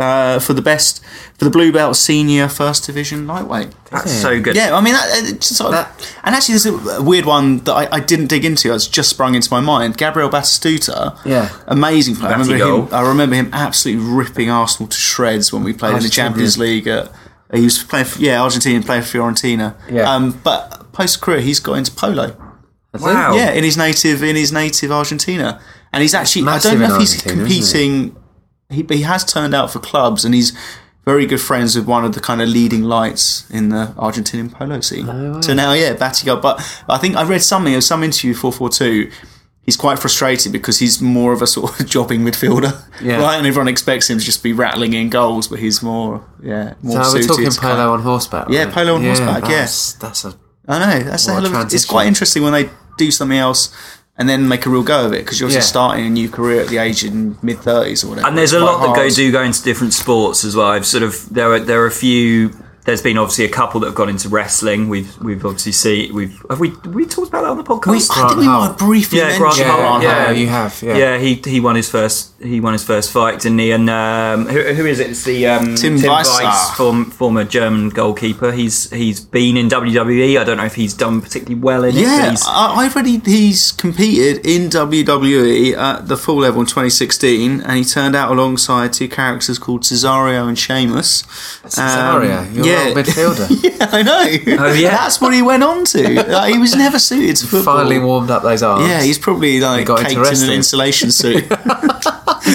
Speaker 1: uh, for the best, for the Blue Belt Senior First Division Lightweight.
Speaker 2: That's so good.
Speaker 1: Yeah, I mean, that, uh, it's just sort of,
Speaker 3: That-
Speaker 1: and actually, there's a weird one that I, I didn't dig into. It's just sprung into my mind. Gabriel Batistuta,
Speaker 3: Yeah.
Speaker 1: amazing player. I remember, him,
Speaker 2: Batty goal.
Speaker 1: I remember him absolutely ripping Arsenal to shreds when we played in the
Speaker 3: Argentina.
Speaker 1: Champions League. At, he was playing, for, yeah, Argentina playing for Fiorentina.
Speaker 3: Yeah.
Speaker 1: Um, but post career, he's got into polo.
Speaker 2: Wow.
Speaker 1: Yeah, in his native in his native Argentina, and he's actually I
Speaker 3: massive
Speaker 1: don't know
Speaker 3: in
Speaker 1: if he's
Speaker 3: Argentina, isn't it?
Speaker 1: competing. He but he has turned out for clubs, and he's very good friends with one of the kind of leading lights in the Argentinian polo scene. So now, yeah, Battigal. But I think I read something of some interview four four two. He's quite frustrated because he's more of a sort of jobbing midfielder,
Speaker 3: Yeah.
Speaker 1: right? And everyone expects him to just be rattling in goals, but he's more, yeah, more
Speaker 3: So we're
Speaker 1: suited.
Speaker 3: talking
Speaker 1: to
Speaker 3: polo
Speaker 1: kind of-
Speaker 3: on horseback.
Speaker 1: Yeah,
Speaker 3: right?
Speaker 1: polo on horseback, yeah.
Speaker 3: That's, that's a
Speaker 1: I know that's a
Speaker 3: What
Speaker 1: hell
Speaker 3: a
Speaker 1: of a, it's
Speaker 3: transition.
Speaker 1: quite interesting when they do something else and then make a real go of it because you're
Speaker 3: Yeah.
Speaker 1: just starting a new career at the age in mid thirties or whatever.
Speaker 2: And there's
Speaker 1: It's
Speaker 2: a
Speaker 1: quite
Speaker 2: lot that
Speaker 1: hard.
Speaker 2: go do go into different sports as well. I've sort of there are there are a few. There's been obviously a couple that have gone into wrestling. We've we've obviously seen we've have we we talked about that on the podcast.
Speaker 1: We, I think we
Speaker 3: Grant
Speaker 1: might
Speaker 3: Hull.
Speaker 1: briefly
Speaker 2: Yeah,
Speaker 1: mention
Speaker 2: Grant
Speaker 1: it.
Speaker 3: yeah,
Speaker 2: Hull,
Speaker 1: Grant
Speaker 2: yeah.
Speaker 1: Hull.
Speaker 3: you have yeah.
Speaker 2: yeah, he he won his first he won his first fight, didn't he? And um, who, who is it? It's the um,
Speaker 1: Tim Weiss.
Speaker 2: form, former German goalkeeper. He's he's been in WWE. I don't know if he's done particularly well in it. but
Speaker 1: Yeah,
Speaker 2: he's-
Speaker 1: I, I've read he, he's competed in WWE at the full level in 2016, and he turned out alongside two characters called Cesario and Sheamus. Um,
Speaker 3: Cesario, you're
Speaker 1: yeah.
Speaker 3: a little midfielder.
Speaker 1: Yeah, I know.
Speaker 2: Oh, yeah.
Speaker 1: that's what he went on to. Like, he was never suited to football.
Speaker 3: Finally warmed up those arms.
Speaker 1: Yeah, he's probably like
Speaker 3: got
Speaker 1: caked in an
Speaker 3: interested.
Speaker 1: insulation suit.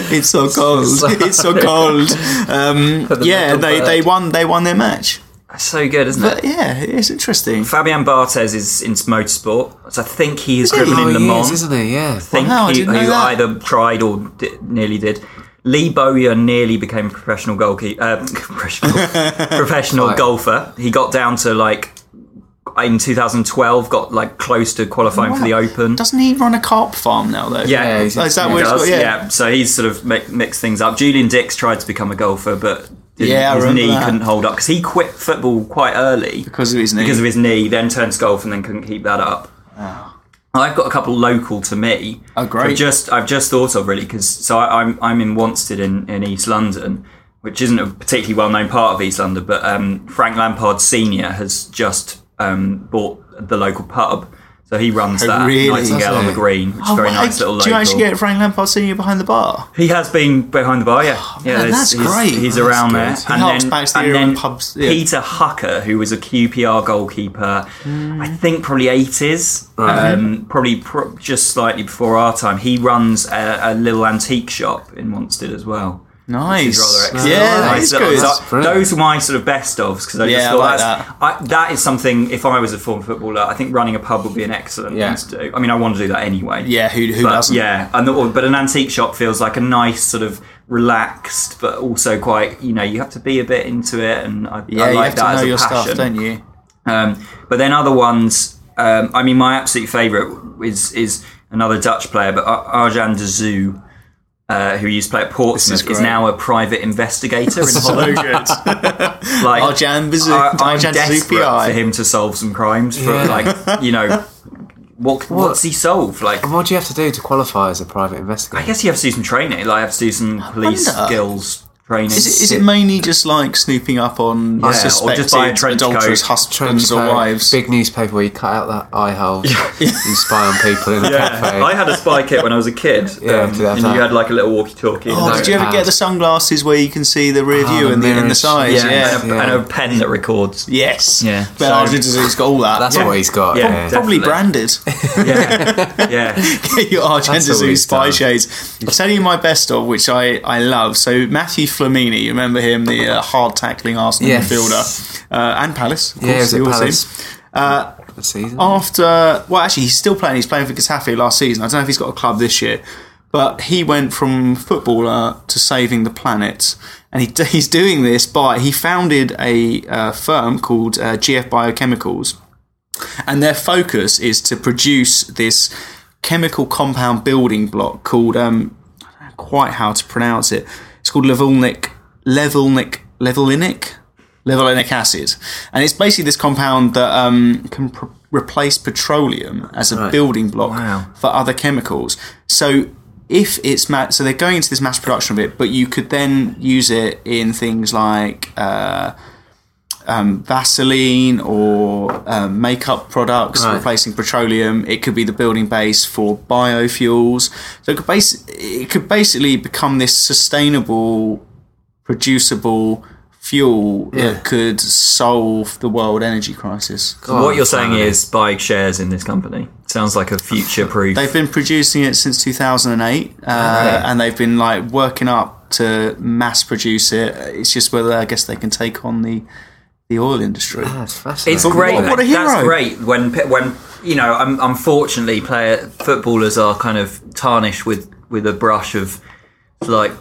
Speaker 1: it's so cold. it's so cold. Um,
Speaker 3: the
Speaker 1: yeah,
Speaker 3: metal
Speaker 1: they,
Speaker 3: bird.
Speaker 1: they won. They won their match.
Speaker 2: That's so good, isn't
Speaker 1: But
Speaker 2: it?
Speaker 1: yeah, it's interesting.
Speaker 2: Fabian Barthez is in motorsport. So I think he's
Speaker 1: he?
Speaker 2: driven
Speaker 1: Oh,
Speaker 2: in Le
Speaker 3: he
Speaker 2: Mans.
Speaker 3: is, isn't he? Yeah.
Speaker 2: think
Speaker 1: Wow, I
Speaker 2: who,
Speaker 1: didn't know
Speaker 2: who
Speaker 1: that.
Speaker 2: either tried or di- nearly did. Lee Bowyer nearly became a professional goalkeeper, uh, professional, professional
Speaker 3: Right.
Speaker 2: golfer. He got down to like in 2012, got like close to qualifying for the
Speaker 1: Wow.
Speaker 2: Open.
Speaker 1: Doesn't he run a carp farm now though?
Speaker 2: yeah,
Speaker 3: Yeah, he's-
Speaker 1: Oh, is that
Speaker 3: he
Speaker 1: where it's
Speaker 2: does,
Speaker 1: got-
Speaker 2: yeah.
Speaker 1: yeah.
Speaker 2: So he's sort of mi- mixed things up. Julian Dix tried to become a golfer, but didn't-
Speaker 1: Yeah, I
Speaker 2: his
Speaker 1: remember
Speaker 2: knee
Speaker 1: that.
Speaker 2: couldn't hold up because he quit football quite early
Speaker 1: Because of his name.
Speaker 2: because of his knee, then turned to golf and then couldn't keep that up. I've got a couple local to me.
Speaker 1: Ah. Oh, great.
Speaker 2: I've just I've just thought of really because so I, I'm I'm in Wanstead in, in East London, which isn't a particularly well known part of East London, but um, Frank Lampard Senior has just um, bought the local pub, so he runs
Speaker 1: Oh,
Speaker 2: that
Speaker 1: really?
Speaker 2: Nightingale on the
Speaker 3: Does he?
Speaker 2: Green, which is a very
Speaker 1: wow.
Speaker 2: nice little
Speaker 1: Oh, Do
Speaker 2: local.
Speaker 1: you actually get Frank Lampard Senior behind the bar?
Speaker 2: He has been behind the bar, yeah. yeah,
Speaker 1: Oh, man,
Speaker 2: there's-
Speaker 1: that's
Speaker 2: he's,
Speaker 1: great.
Speaker 2: He's
Speaker 1: That's
Speaker 2: around
Speaker 1: good.
Speaker 2: there.
Speaker 1: He harks back to the era when pubs- yeah.
Speaker 2: Peter Hucker, who was a QPR goalkeeper, I
Speaker 1: Mm.
Speaker 2: think probably 80s, um, probably pro- just slightly before our time. He runs a, a little antique shop in Wanstead as well. which is
Speaker 1: Nice.
Speaker 2: rather excellent.
Speaker 1: yeah,
Speaker 2: Nice
Speaker 1: that is
Speaker 2: little-
Speaker 1: good.
Speaker 2: so I-
Speaker 3: brilliant.
Speaker 2: those are my sort of best ofs because I
Speaker 1: Yeah,
Speaker 2: just
Speaker 1: I
Speaker 2: thought
Speaker 1: like
Speaker 2: that's, I, that is something. If I was a former footballer, I think running a pub would be an excellent
Speaker 3: Yeah.
Speaker 2: thing to do. I mean, I want to do that anyway.
Speaker 1: Yeah, who- who
Speaker 2: but,
Speaker 1: doesn't?
Speaker 2: Yeah, and the, but an antique shop feels like a nice sort of relaxed, but also quite you know you have to be a bit into it, and I,
Speaker 1: Yeah,
Speaker 2: I like
Speaker 1: you have
Speaker 2: that
Speaker 1: to
Speaker 2: as
Speaker 1: know
Speaker 2: a
Speaker 1: your
Speaker 2: passion.
Speaker 1: stuff, don't you?
Speaker 2: Um, but then other ones, um, I mean, my absolute favourite is is another Dutch player, but Ar- Arjan de Zoo, uh, who used to play at Portsmouth, is,
Speaker 3: great.
Speaker 2: now a private investigator in
Speaker 1: So
Speaker 2: Holland.
Speaker 1: good.
Speaker 2: Like,
Speaker 1: Arjan de Zoo-
Speaker 2: I, I'm
Speaker 1: Arjan de Zoo
Speaker 2: desperate
Speaker 1: PI.
Speaker 2: for him to solve some crimes. For like, you know, what what's he solved? Like,
Speaker 3: And what do you have to do to qualify as a private
Speaker 2: I
Speaker 3: investigator?
Speaker 2: guess you have to do some training. Like, I have to do some police
Speaker 1: wonder.
Speaker 2: skills training.
Speaker 1: Is it, is it mainly just like snooping up on
Speaker 2: or just
Speaker 1: suspected
Speaker 2: buy a trench
Speaker 1: adulterous
Speaker 2: coat.
Speaker 1: husbands or
Speaker 3: Trench coat,
Speaker 1: wives?
Speaker 3: Big newspaper where you cut out that eye hole. you spy on people in a cafe.
Speaker 2: yeah, I had a spy kit when I was a kid,
Speaker 3: Yeah,
Speaker 2: um,
Speaker 3: do
Speaker 2: and
Speaker 3: that
Speaker 2: you
Speaker 3: now.
Speaker 2: had like a little walkie-talkie.
Speaker 1: Oh,
Speaker 2: and
Speaker 1: did you ever get the sunglasses where you can see the rear view
Speaker 3: Ah, the
Speaker 1: and, the, and the
Speaker 3: mirrors.
Speaker 1: sides?
Speaker 2: yeah,
Speaker 1: Yeah.
Speaker 2: And, a, and a pen that records.
Speaker 1: Yes.
Speaker 2: Yeah.
Speaker 1: But Arjan de Zoo's got all that.
Speaker 3: That's
Speaker 1: Yeah.
Speaker 3: what he's got.
Speaker 2: Yeah.
Speaker 3: Yeah.
Speaker 1: Probably
Speaker 2: Definitely.
Speaker 1: branded.
Speaker 2: Yeah, yeah.
Speaker 1: Get your Arjan
Speaker 3: That's
Speaker 1: de Zoo
Speaker 3: always
Speaker 1: spy
Speaker 3: done.
Speaker 1: shades. I'll tell you my best of, which I, I love. So Matthew Flamini, you remember him, the uh, hard tackling Arsenal
Speaker 3: Yes.
Speaker 1: midfielder, uh, and Palace. Of
Speaker 3: Yeah, he
Speaker 1: course,
Speaker 3: was
Speaker 1: the
Speaker 3: at
Speaker 1: all
Speaker 3: Palace.
Speaker 1: team. Uh,
Speaker 3: The season.
Speaker 1: oh. after well actually he's still playing he's playing for Getafe last season I don't know if he's got a club this year but he went from footballer to saving the planet and he, he's doing this by he founded a uh, firm called uh, GF Biochemicals and their focus is to produce this chemical compound building block called um, I don't know quite how to pronounce it it's called levolnic levolnic levolinic levolinic acid, and it's basically this compound that um, can pr- replace petroleum as a building block
Speaker 2: Wow.
Speaker 1: for other chemicals. So if it's ma- so they're going into this mass production of it, but you could then use it in things like uh, um, Vaseline or um, makeup products
Speaker 3: Right.
Speaker 1: replacing petroleum. It could be the building base for biofuels. So it could, bas- it could basically become this sustainable producible fuel that could solve the world energy crisis.
Speaker 2: what you're saying is buy shares in this company. Sounds like a future-proof.
Speaker 1: They've been producing it since 2008, uh, and they've been like working up to mass produce it. It's just whether I guess they can take on the the oil industry.
Speaker 2: Ah,
Speaker 3: That's fascinating.
Speaker 2: It's great.
Speaker 1: what- what a
Speaker 2: That's
Speaker 1: hero.
Speaker 2: great. When pe- when you know, um, unfortunately, player footballers are kind of tarnished with with a brush of like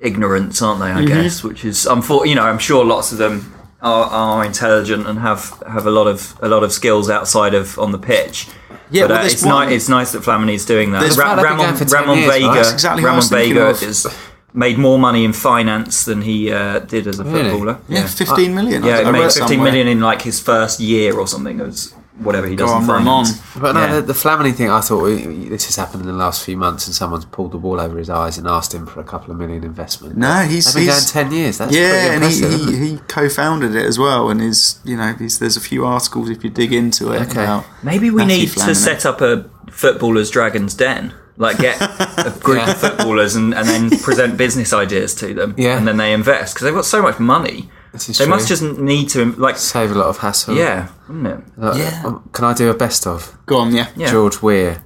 Speaker 2: ignorance, aren't they? I
Speaker 1: Mm-hmm.
Speaker 2: guess, which is unfor- You know, I'm sure lots of them are, are intelligent and have have a lot of a lot of skills outside of on the pitch.
Speaker 1: Yeah,
Speaker 2: but
Speaker 1: well,
Speaker 2: uh,
Speaker 1: there's
Speaker 2: it's
Speaker 1: one-
Speaker 2: nice. It's nice that Flamini's doing that.
Speaker 1: There's-
Speaker 2: Ra-
Speaker 3: Well, they've been
Speaker 2: Ramon,
Speaker 3: going for 10
Speaker 2: Ramon
Speaker 3: years, right?
Speaker 2: Vega,
Speaker 3: That's
Speaker 1: exactly what I
Speaker 2: Ramon
Speaker 1: was thinking
Speaker 2: Vega
Speaker 1: of.
Speaker 2: is made more money in finance than he uh, did as a
Speaker 3: Really?
Speaker 2: footballer.
Speaker 1: yeah, 15 million.
Speaker 2: Yeah,
Speaker 1: I,
Speaker 2: it
Speaker 1: I
Speaker 2: made
Speaker 1: read
Speaker 2: fifteen million
Speaker 1: somewhere.
Speaker 2: in like his first year or something. It was whatever he does
Speaker 1: Go
Speaker 2: in
Speaker 1: on, Ramon.
Speaker 2: finance.
Speaker 3: But no,
Speaker 2: Yeah.
Speaker 3: the, the Flamini thing, I thought we- this has happened in the last few months, and someone's pulled the wall over his eyes and asked him for a couple of million investment.
Speaker 1: No, he's-
Speaker 3: They've been
Speaker 1: he's-
Speaker 3: going ten years. That's
Speaker 1: Yeah,
Speaker 3: yeah,
Speaker 1: and
Speaker 3: pretty
Speaker 1: he,
Speaker 3: impressive.
Speaker 1: he, he co-founded it as well, and is you know he's, there's a few articles if you dig into it.
Speaker 3: Okay.
Speaker 1: About
Speaker 2: Maybe we
Speaker 1: Matthew
Speaker 2: need to
Speaker 1: Flamini.
Speaker 2: set up a footballers' dragons den. Like get a group
Speaker 3: Yeah.
Speaker 2: of footballers and, and then present business ideas to them.
Speaker 3: Yeah.
Speaker 2: and then they invest because they've got so much money.
Speaker 3: This is
Speaker 2: they must
Speaker 3: true.
Speaker 2: just need to like
Speaker 3: Save a lot of hassle.
Speaker 2: yeah, wouldn't it?
Speaker 3: Like,
Speaker 1: Yeah.
Speaker 3: um, Can I do a best of
Speaker 1: Go on, yeah.
Speaker 2: Yeah.
Speaker 3: George Weir?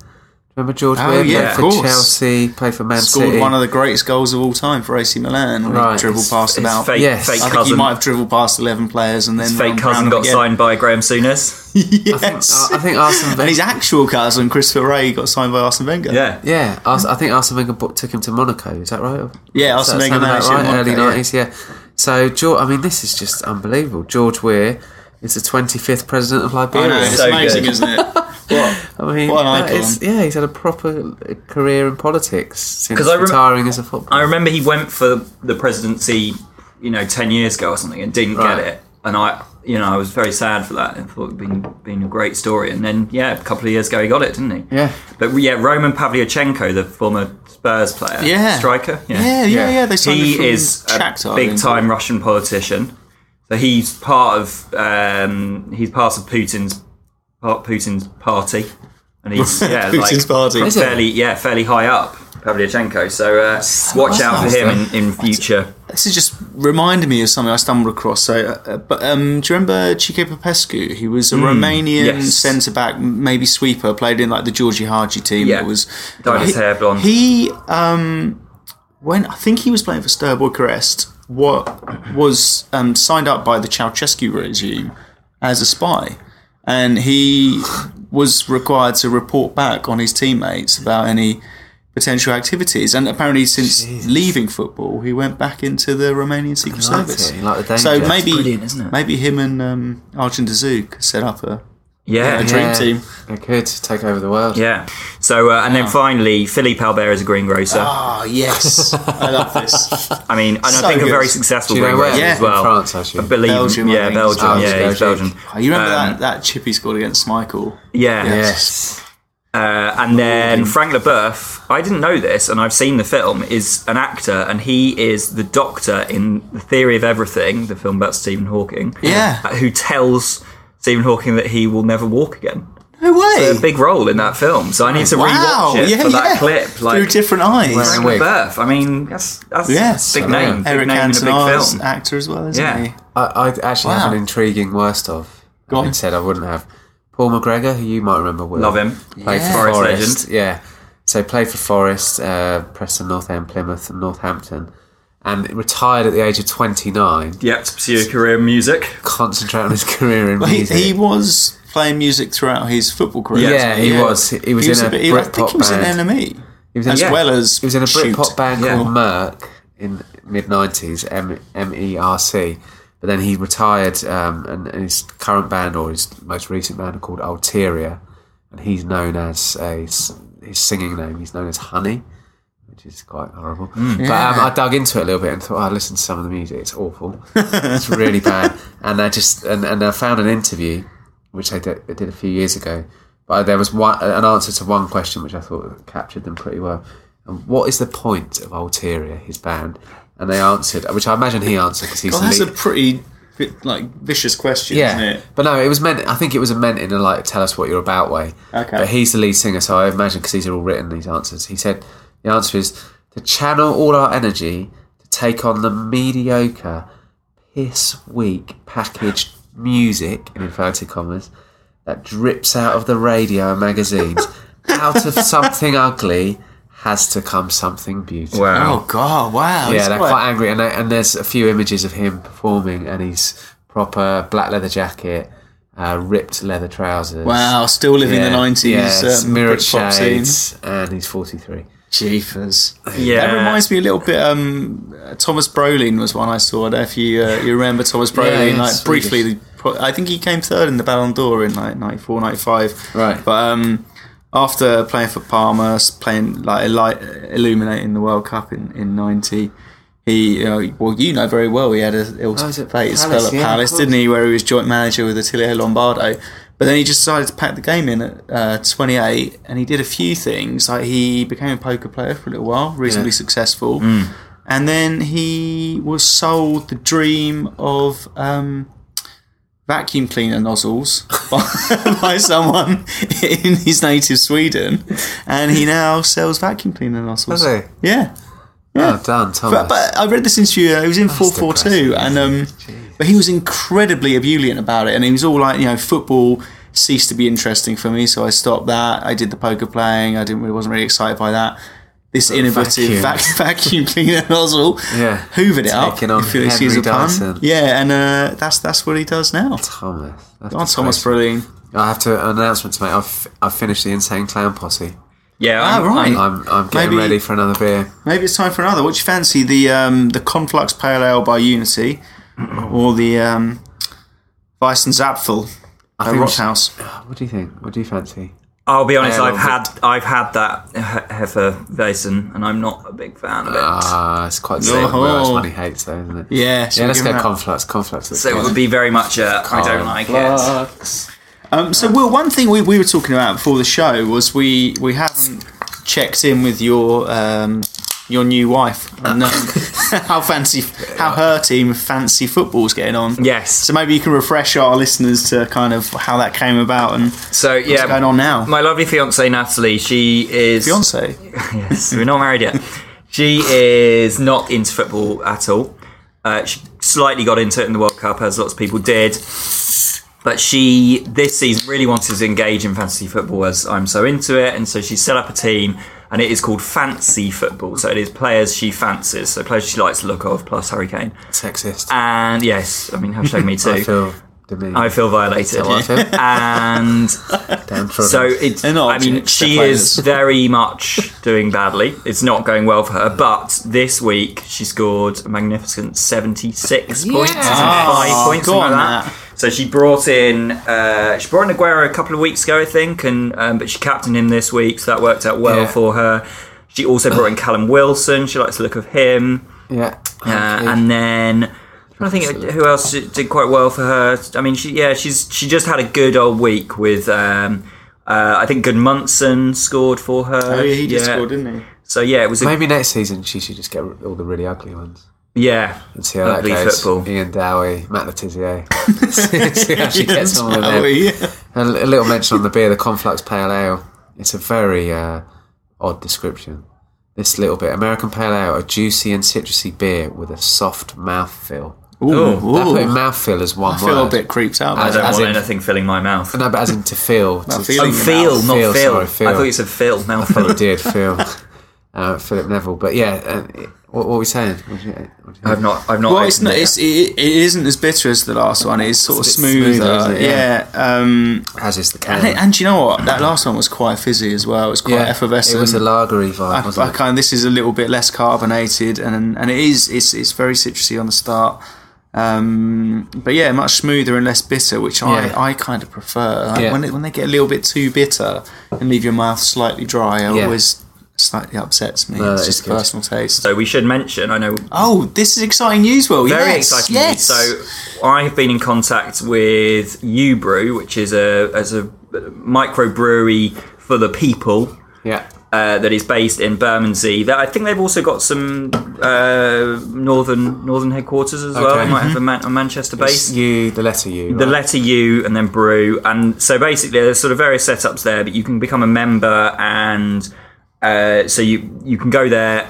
Speaker 3: Remember George
Speaker 1: Oh,
Speaker 3: Weah
Speaker 1: yeah,
Speaker 3: played
Speaker 1: of
Speaker 3: for
Speaker 1: course.
Speaker 3: Chelsea, played for Man
Speaker 1: Scored
Speaker 3: City.
Speaker 1: one of the greatest goals of all time for AC Milan. when he
Speaker 3: Right.
Speaker 1: Dribbled
Speaker 2: His-
Speaker 1: past
Speaker 2: his
Speaker 1: about.
Speaker 2: fake,
Speaker 3: Yes.
Speaker 2: fake
Speaker 1: I think he
Speaker 2: cousin.
Speaker 1: might have dribbled past eleven players and then
Speaker 2: his fake
Speaker 1: gone
Speaker 2: cousin
Speaker 1: round
Speaker 2: got
Speaker 1: again.
Speaker 2: signed by Graham Souness.
Speaker 1: yes.
Speaker 3: I I think Arsene
Speaker 1: and his
Speaker 3: Wenger.
Speaker 1: actual cousin, Christopher Ray, got signed by Arsene Wenger.
Speaker 2: Yeah.
Speaker 3: Yeah, Ars- I think Arsene Wenger bought, took him to Monaco. Is that right?
Speaker 1: Yeah,
Speaker 3: Does
Speaker 1: Arsene
Speaker 3: that
Speaker 1: Wenger
Speaker 3: sound
Speaker 1: managed
Speaker 3: about
Speaker 1: it in
Speaker 3: right?
Speaker 1: Monaco,
Speaker 3: Early
Speaker 1: yeah.
Speaker 3: nineties, yeah. So, George, I mean, this is just unbelievable. George Weir is the twenty fifth president of
Speaker 1: I
Speaker 3: Liberia.
Speaker 1: know, it's
Speaker 2: So
Speaker 1: amazing,
Speaker 2: good.
Speaker 1: isn't it? What?
Speaker 3: I mean,
Speaker 1: What an
Speaker 3: that
Speaker 1: icon.
Speaker 3: is- yeah, he's had a proper career in politics since
Speaker 2: 'Cause I rem-
Speaker 3: retiring as a footballer.
Speaker 2: I remember he went for the presidency, you know, ten years ago or something, and didn't
Speaker 3: Right.
Speaker 2: get it. And I, you know, I was very sad for that. and thought it'd been been a great story. And then, yeah, a couple of years ago, he got it, didn't he?
Speaker 3: Yeah.
Speaker 2: But yeah, Roman Pavlyuchenko, the former Spurs player,
Speaker 1: Yeah.
Speaker 2: striker,
Speaker 1: Yeah, yeah, yeah. They signed him
Speaker 2: he
Speaker 1: from
Speaker 2: is
Speaker 1: Shakhtar,
Speaker 2: a
Speaker 1: I
Speaker 2: big
Speaker 1: think.
Speaker 2: time Russian politician. So he's part of um, he's part of Putin's part Putin's party, and he's yeah
Speaker 1: Putin's
Speaker 2: like,
Speaker 1: party.
Speaker 2: from
Speaker 1: Is
Speaker 3: it?
Speaker 2: fairly yeah fairly high up Pavlyuchenko. So uh, watch out for him in, in future.
Speaker 1: This is just reminded me of something I stumbled across. So, uh, uh, but um, do you remember Chico Popescu? He was a Romanian
Speaker 2: Hmm, yes.
Speaker 1: centre back, maybe sweeper, played in like the Georgie Haji team.
Speaker 2: Yeah.
Speaker 1: that was
Speaker 2: Dyed his
Speaker 1: he-
Speaker 2: hair blonde.
Speaker 1: He um, when I think he was playing for Steaua Bucharest. What was um, signed up by the Ceausescu regime as a spy, and he was required to report back on his teammates about any potential activities. And apparently, since leaving football, he went back into the Romanian Secret
Speaker 3: like
Speaker 1: Service.
Speaker 3: it, like the
Speaker 1: so
Speaker 3: danger.
Speaker 1: maybe,
Speaker 2: brilliant, isn't it?
Speaker 1: maybe him and um, Arjun Dazouk set up a,
Speaker 2: Yeah,
Speaker 1: a
Speaker 2: yeah.
Speaker 1: dream
Speaker 3: Yeah.
Speaker 1: team.
Speaker 3: They could take over the world.
Speaker 2: So uh, and then finally, Philippe Albert is a greengrocer.
Speaker 1: Ah, yes, I love this. Oh,
Speaker 2: I mean, and
Speaker 1: So
Speaker 2: I think
Speaker 1: good.
Speaker 2: a very successful
Speaker 3: Do you know
Speaker 2: greengrocer
Speaker 1: where?
Speaker 2: as
Speaker 1: Yeah.
Speaker 2: well.
Speaker 3: In France, actually.
Speaker 2: I believe,
Speaker 1: Belgium, I
Speaker 2: yeah,
Speaker 1: think.
Speaker 2: Belgium,
Speaker 3: Oh,
Speaker 2: yeah, he's
Speaker 3: Belgium.
Speaker 2: Belgian.
Speaker 1: Oh, you remember
Speaker 2: Um,
Speaker 1: that that chip he scored against Michael?
Speaker 2: Yeah.
Speaker 3: Yes.
Speaker 2: Uh, and then Frank LaBeouf, I didn't know this, and I've seen the film, is an actor, and he is the doctor in The Theory of Everything, the film about Stephen Hawking.
Speaker 1: Yeah.
Speaker 2: uh, Who tells Stephen Hawking that he will never walk again.
Speaker 1: No
Speaker 2: A
Speaker 1: way!
Speaker 2: big role in that film, so I need to
Speaker 1: wow!
Speaker 2: rewatch it
Speaker 1: yeah,
Speaker 2: for that
Speaker 1: yeah.
Speaker 2: clip.
Speaker 1: through
Speaker 2: Like
Speaker 1: different eyes.
Speaker 3: Wow.
Speaker 2: Frank
Speaker 3: Wig.
Speaker 2: LaBeouf, I mean, that's that's
Speaker 1: Yes,
Speaker 2: a big
Speaker 1: I
Speaker 2: name, big
Speaker 1: Eric
Speaker 2: name in a big
Speaker 1: Cantona's
Speaker 2: film.
Speaker 1: actor as well, isn't
Speaker 2: Yeah.
Speaker 1: he?
Speaker 3: I, I actually
Speaker 1: Wow.
Speaker 3: have an intriguing worst of.
Speaker 1: Go on.
Speaker 3: I said I wouldn't have. Paul McGregor, who you might remember, Will.
Speaker 2: Love him.
Speaker 3: Played
Speaker 1: Yeah.
Speaker 3: for
Speaker 2: Forest
Speaker 3: Forest. Yeah. So played for Forest, uh, Preston North End, Plymouth, and Northampton, and retired at the age of 29.
Speaker 2: Yep, to pursue a career in music.
Speaker 3: Concentrate on his career in
Speaker 1: He,
Speaker 3: music.
Speaker 1: he was playing music throughout his football career.
Speaker 2: Yeah,
Speaker 1: wasn't
Speaker 3: he was. He was in a
Speaker 1: bit- he- I
Speaker 3: Britpop
Speaker 1: think he was
Speaker 3: band.
Speaker 1: in NME.
Speaker 3: He was in
Speaker 1: as
Speaker 3: a,
Speaker 1: well as
Speaker 3: he was in a
Speaker 1: shoot.
Speaker 3: Britpop band
Speaker 2: Yeah.
Speaker 3: called Merck in mid nineties, M M E R C. But then he retired, um, and, and his current band or his most recent band are called Alteria, and he's known as a s- his singing name. He's known as Honey, which is quite horrible.
Speaker 1: Mm.
Speaker 3: But um, I dug into it a little bit and thought "Oh, I listened to some of the music. It's awful. it's really bad. And I just and, and I found an interview which they did, they did a few years ago. But there was one, an answer to one question which I thought captured them pretty well. And what is the point of Alteria, his band? And they answered, which I imagine he answered because he's
Speaker 1: Well,
Speaker 3: the
Speaker 1: that's a
Speaker 3: lead.
Speaker 1: pretty bit, like vicious question,
Speaker 3: yeah,
Speaker 1: isn't it?
Speaker 3: but no, it was meant. I think it was meant in a like tell us what you're about way.
Speaker 1: Okay.
Speaker 3: But he's the lead singer, so I imagine because these are all written. These answers. He said the answer is to channel all our energy to take on the mediocre, piss weak packaged music in inverted commas that drips out of the radio and magazines. out of something ugly has to come something beautiful.
Speaker 2: Um,
Speaker 1: Oh God! Wow.
Speaker 3: Yeah,
Speaker 1: It's
Speaker 3: they're
Speaker 1: quite-
Speaker 3: quite angry, and, and there's a few images of him performing, and he's proper black leather jacket, uh, ripped leather trousers.
Speaker 1: Wow, still living the nineties
Speaker 3: yes,
Speaker 1: um,
Speaker 3: mirrored
Speaker 1: Britpop scene.
Speaker 3: shades, and he's 43.
Speaker 1: Jeepers.
Speaker 2: Yeah.
Speaker 1: That reminds me a little bit. Um, uh, Thomas Brolin was one I saw. I don't know if you uh, you remember Thomas Brolin,
Speaker 3: yeah,
Speaker 1: like
Speaker 3: Swedish.
Speaker 1: briefly. pro- I think he came third in the Ballon d'Or in like 94, 95.
Speaker 3: Right.
Speaker 1: But um, after playing for Parma, s- playing like illi- illuminating the World Cup in in ninety. He, uh, well, you know very well, he had a ill
Speaker 3: Oh, is it
Speaker 1: fated spell
Speaker 3: Palace?
Speaker 1: at
Speaker 3: Yeah, of
Speaker 1: Palace,
Speaker 3: course.
Speaker 1: didn't he? Where he was joint manager with Attilio Lombardo. But then he just decided to pack the game in at uh, 28, and he did a few things. Like he became a poker player for a little while, reasonably
Speaker 3: Yeah. Mm.
Speaker 1: successful, and then he was sold the dream of um, vacuum cleaner nozzles by, by someone in his native Sweden, and he now sells vacuum cleaner nozzles.
Speaker 3: Does he?
Speaker 1: Yeah. Yeah.
Speaker 3: Oh, damn, Thomas.
Speaker 1: But, but I read this interview. uh, He was in four four two,
Speaker 3: depressing,
Speaker 1: and um, but he was incredibly ebullient about it, and he was all like, you know, football ceased to be interesting for me, so I stopped that. I did the poker playing. I didn't really wasn't really excited by that. This innovative
Speaker 3: vacuum.
Speaker 1: vac- vacuum cleaner nozzle
Speaker 3: Yeah.
Speaker 1: hoovered it up.
Speaker 3: Taking on
Speaker 1: if you'll excuse
Speaker 3: Henry
Speaker 1: the pun.
Speaker 3: Dyson.
Speaker 1: Yeah, and uh, that's that's what he does now.
Speaker 3: Thomas. That's
Speaker 1: Oh, Thomas
Speaker 3: disgraceful.
Speaker 1: Brilliant.
Speaker 3: I have to an announcement to make. I've f- I've finished the insane clown posse.
Speaker 2: Yeah,
Speaker 1: Ah,
Speaker 2: I'm-
Speaker 1: right.
Speaker 2: I'm-
Speaker 3: I'm I'm getting
Speaker 1: Maybe-
Speaker 3: ready for another beer.
Speaker 1: Maybe it's time for another. What do you fancy? The um, the Conflux Pale Ale by Unity, or the um, Weiss and Zapfel by
Speaker 3: think we should-
Speaker 1: Rothaus?
Speaker 3: What do you think? What do you fancy?
Speaker 2: I'll be honest.
Speaker 3: I
Speaker 2: I've
Speaker 3: love
Speaker 2: had I've had that he- Hefeweizen, and I'm not a big fan of it.
Speaker 3: Ah, it's quite sick.
Speaker 1: Oh.
Speaker 3: Welsh money hates though, isn't it?
Speaker 1: Yeah, so
Speaker 3: Yeah, let's
Speaker 1: give 'em
Speaker 3: go
Speaker 1: that.
Speaker 3: conflux. Conflux.
Speaker 2: so it would be very much a I don't like it.
Speaker 1: Um, so, Will, one thing we, we were talking about before the show was we we haven't checked in with your um, your new wife and um, how fancy how her team of fancy football's getting on.
Speaker 2: Yes.
Speaker 1: So maybe you can refresh our listeners to kind of how that came about and
Speaker 2: So yeah,
Speaker 1: going on now?
Speaker 2: My lovely fiance Natalie, she is
Speaker 1: fiance.
Speaker 2: yes, we're not married yet. She is not into football at all. Uh, she slightly got into it in the World Cup, as lots of people did. But she, this season, really wanted to engage in fantasy football as I'm so into it. And so she set up a team, and it is called Fancy Football. So it is players she fancies. So players she likes the look of, plus Harry Kane.
Speaker 3: sexist.
Speaker 2: And yes, I mean, hashtag me too.
Speaker 3: I feel demeaned.
Speaker 2: I feel violated.
Speaker 3: I feel
Speaker 2: And
Speaker 3: downtrodden.
Speaker 2: so it's.
Speaker 1: They're not
Speaker 2: I mean,
Speaker 1: objects, they're
Speaker 2: she is
Speaker 1: players.
Speaker 2: very much doing badly. It's not going well for her. But this week she scored a magnificent seventy-six points, and five
Speaker 1: Oh,
Speaker 2: points,
Speaker 1: go
Speaker 2: something like
Speaker 1: on,
Speaker 2: that.
Speaker 1: Nat.
Speaker 2: So she brought in uh, she brought in Aguero a couple of weeks ago, I think, and um, but she captained him this week, so that worked out well
Speaker 3: Yeah.
Speaker 2: for her. She also brought in Callum Wilson. She likes the look of him.
Speaker 3: yeah.
Speaker 2: Uh,
Speaker 3: Okay.
Speaker 2: and then I think who else did quite well for her. I mean, she yeah, she's she just had a good old week with. Um, uh, I think Goodmunson scored for her.
Speaker 1: Oh, yeah, he just scored, didn't he?
Speaker 2: So yeah, it was a,
Speaker 3: maybe next season she should just get all the really ugly ones
Speaker 2: yeah.
Speaker 3: and see how that
Speaker 2: Ugly
Speaker 3: goes.
Speaker 2: football.
Speaker 3: Ian Dowie, Matt Letizia. see, see how she gets on with
Speaker 1: Oh,
Speaker 3: them.
Speaker 1: yeah.
Speaker 3: A, a little mention on the beer, the Conflux Pale Ale. It's a very uh, odd description. This little bit American Pale Ale, a juicy and citrusy beer with a soft mouthfeel.
Speaker 1: Ooh,
Speaker 3: I put in
Speaker 1: ooh.
Speaker 3: mouthfeel as one
Speaker 1: I
Speaker 3: word.
Speaker 1: feel a bit creeped out.
Speaker 2: I
Speaker 1: by
Speaker 2: don't
Speaker 1: that.
Speaker 3: as
Speaker 2: want
Speaker 3: in-
Speaker 2: anything filling my mouth.
Speaker 3: No, but as in to feel. to-
Speaker 1: feeling
Speaker 2: oh, feel,
Speaker 3: mouth.
Speaker 2: not
Speaker 3: Feel,
Speaker 2: feel.
Speaker 3: sorry, feel.
Speaker 2: I thought you said Phil. Now
Speaker 3: Well,
Speaker 2: Phil.
Speaker 3: he did, Phil. Uh, Philip Neville. But yeah, uh, it- what, what were we saying? What did you- what did you-
Speaker 2: I've not. I've not.
Speaker 1: Well, it's
Speaker 2: opened
Speaker 1: not.
Speaker 2: it.
Speaker 1: It's, it, it isn't as bitter as the last one. It's sort
Speaker 3: It's
Speaker 1: of
Speaker 3: a bit smoother,
Speaker 1: smoother.
Speaker 3: isn't it?
Speaker 1: Yeah. Um,
Speaker 3: as is the
Speaker 1: and,
Speaker 3: case.
Speaker 1: it- and you know what? That last one was quite fizzy as well. It was quite effervescent.
Speaker 3: It was a lagery
Speaker 1: I,
Speaker 3: vibe,
Speaker 1: I
Speaker 3: wasn't it?
Speaker 1: kind of, this is a little bit less carbonated, and and it is it's it's very citrusy on the start. Um, but yeah, much smoother and less bitter, which
Speaker 3: Yeah.
Speaker 1: I, I kind of prefer. Like
Speaker 3: Yeah.
Speaker 1: When it, when they get a little bit too bitter and leave your mouth slightly dry, it
Speaker 3: Yeah.
Speaker 1: always slightly upsets me.
Speaker 3: No,
Speaker 1: it's
Speaker 3: that is
Speaker 1: just
Speaker 3: good.
Speaker 1: personal taste.
Speaker 2: So we should mention. I know
Speaker 1: oh, this is exciting news, Will.
Speaker 2: very
Speaker 1: yes,
Speaker 2: exciting.
Speaker 1: Yes.
Speaker 2: So I have been in contact with Ubrew, which is a as a microbrewery for the people
Speaker 3: Yeah.
Speaker 2: uh, that is based in Bermondsey. That I think they've also got some uh, northern northern headquarters as well.
Speaker 3: Okay. Mm-hmm.
Speaker 2: They might have a, Man- a Manchester
Speaker 3: It's
Speaker 2: base.
Speaker 3: you, the letter U.
Speaker 2: The
Speaker 3: right?
Speaker 2: letter U and then brew, and so basically there's sort of various setups there, but you can become a member, and uh, so you you can go there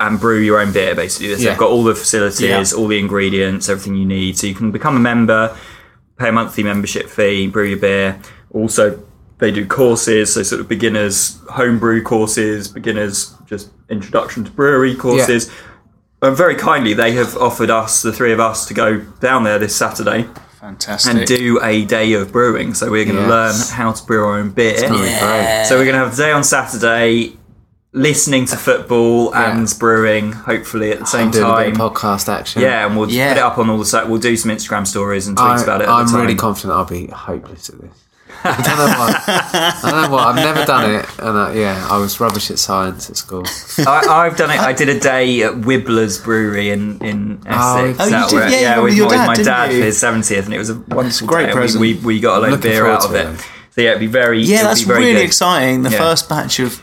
Speaker 2: and brew your own beer. Basically, so
Speaker 3: Yeah.
Speaker 2: they've got all the facilities,
Speaker 3: Yeah.
Speaker 2: all the ingredients, everything you need. So you can become a member, pay a monthly membership fee, brew your beer. Also, they do courses, so sort of beginners homebrew courses, beginners just introduction to brewery courses. And very kindly, they have offered us, the three of us, to go down there this Saturday
Speaker 1: fantastic.
Speaker 2: and do a day of brewing. So we're going to
Speaker 3: Yes.
Speaker 2: learn how to brew our own beer.
Speaker 3: Oh, great.
Speaker 2: So we're going to have a day on Saturday, listening to football
Speaker 3: Yeah.
Speaker 2: and brewing, hopefully at the same
Speaker 3: I'm doing a bit
Speaker 2: time.
Speaker 3: of podcast action.
Speaker 2: yeah, and we'll
Speaker 1: Yeah.
Speaker 2: put it up on all the site. We'll do some Instagram stories and tweets
Speaker 3: I,
Speaker 2: about it. At
Speaker 3: I'm
Speaker 2: the time.
Speaker 3: really confident I'll be hopeless at this. I don't know why. I don't know why. I've never done it, and uh, yeah, I was rubbish at science at school.
Speaker 2: I, I've done it. I did a day at Wibbler's Brewery in in Essex.
Speaker 3: Oh, you
Speaker 2: out
Speaker 1: did?
Speaker 2: where-
Speaker 1: Yeah, you went
Speaker 2: with,
Speaker 1: with your
Speaker 2: my- with
Speaker 1: dad,
Speaker 2: my
Speaker 1: didn't
Speaker 2: dad
Speaker 1: you?
Speaker 2: for his seventieth, and it was a wonderful
Speaker 1: great
Speaker 2: day.
Speaker 1: present.
Speaker 2: We, we we got a load of
Speaker 3: Looking
Speaker 2: beer
Speaker 3: forward
Speaker 2: out of
Speaker 3: to
Speaker 2: it.
Speaker 3: it.
Speaker 2: So yeah, it'd be very
Speaker 1: Yeah,
Speaker 2: it'd
Speaker 1: that's
Speaker 2: be very
Speaker 1: really
Speaker 2: good.
Speaker 1: exciting. The
Speaker 2: Yeah.
Speaker 1: first batch of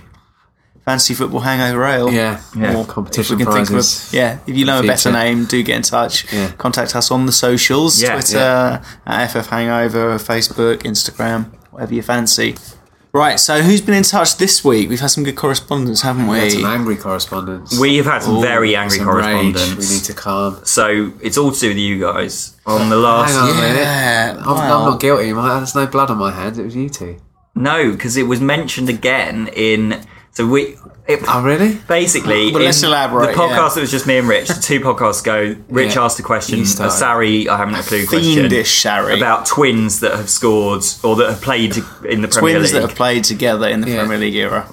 Speaker 1: fancy football hangover ale.
Speaker 3: Yeah,
Speaker 2: Yeah.
Speaker 1: Or
Speaker 3: competition
Speaker 1: if we can think of a-
Speaker 3: prizes.
Speaker 1: yeah, if you know a better
Speaker 3: Feature.
Speaker 1: name, do get in touch.
Speaker 3: Yeah.
Speaker 1: Contact us on the socials:
Speaker 2: Yeah,
Speaker 1: Twitter at FF Hangover, Facebook, Instagram, whatever you fancy. Right, so who's been in touch this week? We've had some good correspondence, haven't we?
Speaker 3: That's an angry correspondence.
Speaker 2: We have had some
Speaker 3: Ooh,
Speaker 2: very angry
Speaker 3: Oh, some rage.
Speaker 2: correspondence.
Speaker 3: We need to calm.
Speaker 2: So it's all to do with you guys. On the
Speaker 3: Hang on
Speaker 2: last
Speaker 3: a
Speaker 1: Yeah,
Speaker 3: minute. I'm,
Speaker 1: wow.
Speaker 3: I'm not guilty. My, there's no blood on my hands. It was you two.
Speaker 2: no, because it was mentioned again in. So we. It,
Speaker 3: Oh, really?
Speaker 2: Basically,
Speaker 1: Well, let's
Speaker 2: in
Speaker 1: elaborate,
Speaker 2: The podcast
Speaker 1: yeah.
Speaker 2: that was just me and Rich, the two podcasts ago, Rich
Speaker 3: Yeah.
Speaker 2: asked a question,
Speaker 3: You
Speaker 2: a
Speaker 3: started.
Speaker 2: Sari, I haven't a clue question,
Speaker 1: Fiendish Sari.
Speaker 2: about twins that have scored or that have played in the Premier
Speaker 1: Twins
Speaker 2: League.
Speaker 1: that have played together in the
Speaker 3: Yeah.
Speaker 1: Premier League era.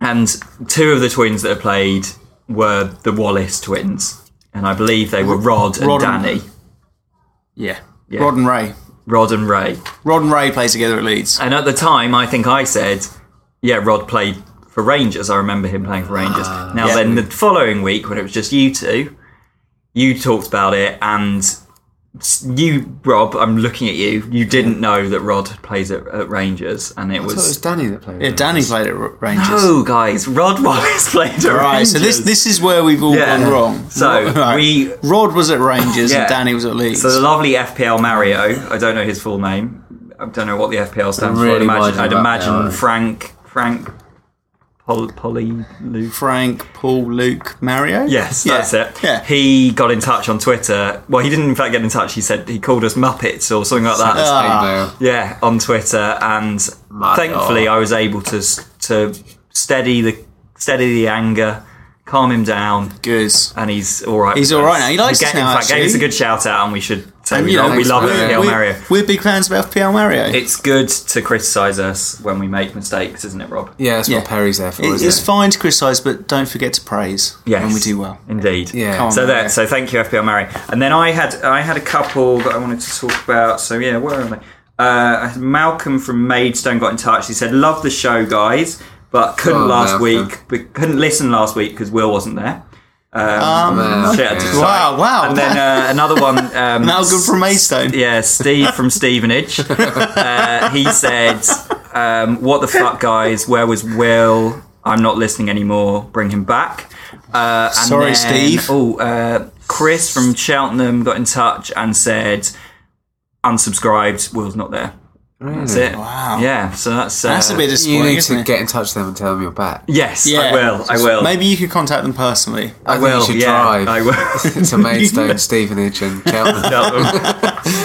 Speaker 2: And two of the twins that have played were the Wallace twins. And I believe they were Rod and
Speaker 1: Rod and-
Speaker 2: Danny.
Speaker 1: Yeah. Rod and Ray.
Speaker 2: Rod and Ray.
Speaker 1: Rod and Ray play together at Leeds.
Speaker 2: And at the time, I think I said, yeah, Rod played for Rangers. I remember him playing for Rangers. now,
Speaker 1: Ah, yeah.
Speaker 2: then the following week, when it was just you two, you talked about it, and s- you, Rob, I'm looking at you, you didn't know that Rod plays at, at Rangers, and it
Speaker 3: I thought it was
Speaker 2: was.
Speaker 3: Danny that played.
Speaker 1: Yeah,
Speaker 3: it.
Speaker 1: Danny played at R- Rangers.
Speaker 2: Oh, guys, Rod Wallace played at
Speaker 1: Right,
Speaker 2: Rangers.
Speaker 1: so this this is where we've all
Speaker 2: Yeah.
Speaker 1: gone wrong.
Speaker 2: So,
Speaker 1: Right.
Speaker 2: we-
Speaker 1: Rod was at Rangers
Speaker 2: Yeah.
Speaker 1: and Danny was at Leeds.
Speaker 2: So the lovely FPL Mario, I don't know his full name. I don't know what the FPL stands for. I'd
Speaker 3: really
Speaker 2: imagine,
Speaker 3: winding
Speaker 2: I'd
Speaker 3: him up
Speaker 2: imagine
Speaker 3: now, aren't I?
Speaker 2: Frank, Frank, Pol, Polly, Lou,
Speaker 1: Frank, Paul, Luke, Mario.
Speaker 2: Yes,
Speaker 1: Yeah.
Speaker 2: that's it.
Speaker 1: Yeah,
Speaker 2: He got in touch on Twitter. Well, he didn't in fact get in touch. He said he called us Muppets or something like that.
Speaker 1: Ah.
Speaker 3: Danny Bale.
Speaker 2: Yeah, on Twitter, and
Speaker 3: My
Speaker 2: thankfully
Speaker 3: God.
Speaker 2: I was able to s- to steady the steady the anger, calm him down,
Speaker 1: good.
Speaker 2: and he's all right.
Speaker 1: He's
Speaker 2: with
Speaker 1: all right
Speaker 2: us.
Speaker 1: now. He likes
Speaker 2: ga-
Speaker 1: us now,
Speaker 2: In fact, gave
Speaker 1: actually.
Speaker 2: us a good shout out, and we should say
Speaker 1: And,
Speaker 2: we,
Speaker 1: you know,
Speaker 2: love, we
Speaker 1: thanks,
Speaker 2: love
Speaker 1: Mario.
Speaker 2: FPL
Speaker 1: we're,
Speaker 2: Mario.
Speaker 1: We're big fans of FPL Mario.
Speaker 2: It's good to criticise us when we make mistakes, isn't it, Rob?
Speaker 3: Yeah, that's
Speaker 1: Yeah.
Speaker 3: what Perry's there for.
Speaker 1: It-
Speaker 3: isn't
Speaker 1: it's
Speaker 3: it?
Speaker 1: fine to criticise, but don't forget to praise
Speaker 2: Yes,
Speaker 1: when we do well.
Speaker 2: Indeed.
Speaker 3: Yeah. Come on,
Speaker 2: so that.
Speaker 1: Mario.
Speaker 2: So thank you, FPL Murray. And then I had I had a couple that I wanted to talk about. So yeah, where am I? Uh, I had Malcolm from Maidstone got in touch. He said, "Love the show, guys, but couldn't
Speaker 3: Oh,
Speaker 2: last
Speaker 3: Malcolm.
Speaker 2: week. But couldn't listen last week because Will wasn't there." Um,
Speaker 3: Um,
Speaker 2: shit, I had to
Speaker 3: okay.
Speaker 2: decide.
Speaker 1: Wow, wow.
Speaker 2: And then uh, another one. Um,
Speaker 1: Malcolm from Maidstone.
Speaker 2: yeah, Steve from Stevenage. Uh, he said, um, "What the fuck, guys? Where was Will? I'm not listening anymore. Bring him back." Uh, and
Speaker 1: Sorry,
Speaker 2: then-
Speaker 1: Steve.
Speaker 2: Oh, uh, Chris from Cheltenham got in touch and said, "Unsubscribed. Will's not there. That's
Speaker 3: Really?
Speaker 2: it.
Speaker 1: Wow.
Speaker 2: Yeah. So that's uh,
Speaker 1: That's a bit
Speaker 3: You
Speaker 1: disappointing.
Speaker 3: need
Speaker 1: isn't
Speaker 3: to
Speaker 1: it?
Speaker 3: get in touch with them and tell them you're back.
Speaker 2: Yes,
Speaker 1: Yeah.
Speaker 2: I will. I will.
Speaker 1: Maybe you could contact them personally.
Speaker 3: I,
Speaker 2: I
Speaker 3: think
Speaker 2: will.
Speaker 3: You should
Speaker 2: yeah,
Speaker 3: drive.
Speaker 2: I will.
Speaker 3: to Maidstone, Stevenage, and Cheltenham.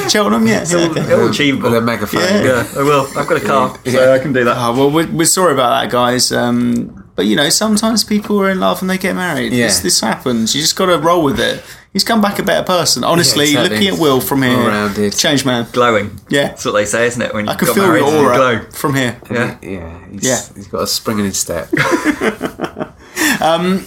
Speaker 1: Cheltenham, yeah. yeah, okay.
Speaker 2: All achievable.
Speaker 3: With a megaphone.
Speaker 1: Yeah.
Speaker 2: yeah, I will. I've got a car, so I can do that.
Speaker 1: Oh, well, we're, we're sorry about that, guys. Um, but you know, sometimes people are in love and they get married.
Speaker 3: Yeah.
Speaker 1: This, this happens. You just got to roll with it. He's come back a better person. Honestly,
Speaker 3: Yeah, exactly.
Speaker 1: looking at Will from here,
Speaker 3: Well-rounded.
Speaker 1: change man.
Speaker 2: Glowing.
Speaker 1: Yeah.
Speaker 2: that's what they say, isn't it? When you
Speaker 1: I can
Speaker 2: got
Speaker 1: feel
Speaker 2: married,
Speaker 1: your
Speaker 2: you
Speaker 1: aura
Speaker 2: glow.
Speaker 1: from here.
Speaker 2: Yeah.
Speaker 3: Yeah, he's,
Speaker 1: Yeah.
Speaker 3: he's got a spring in his step.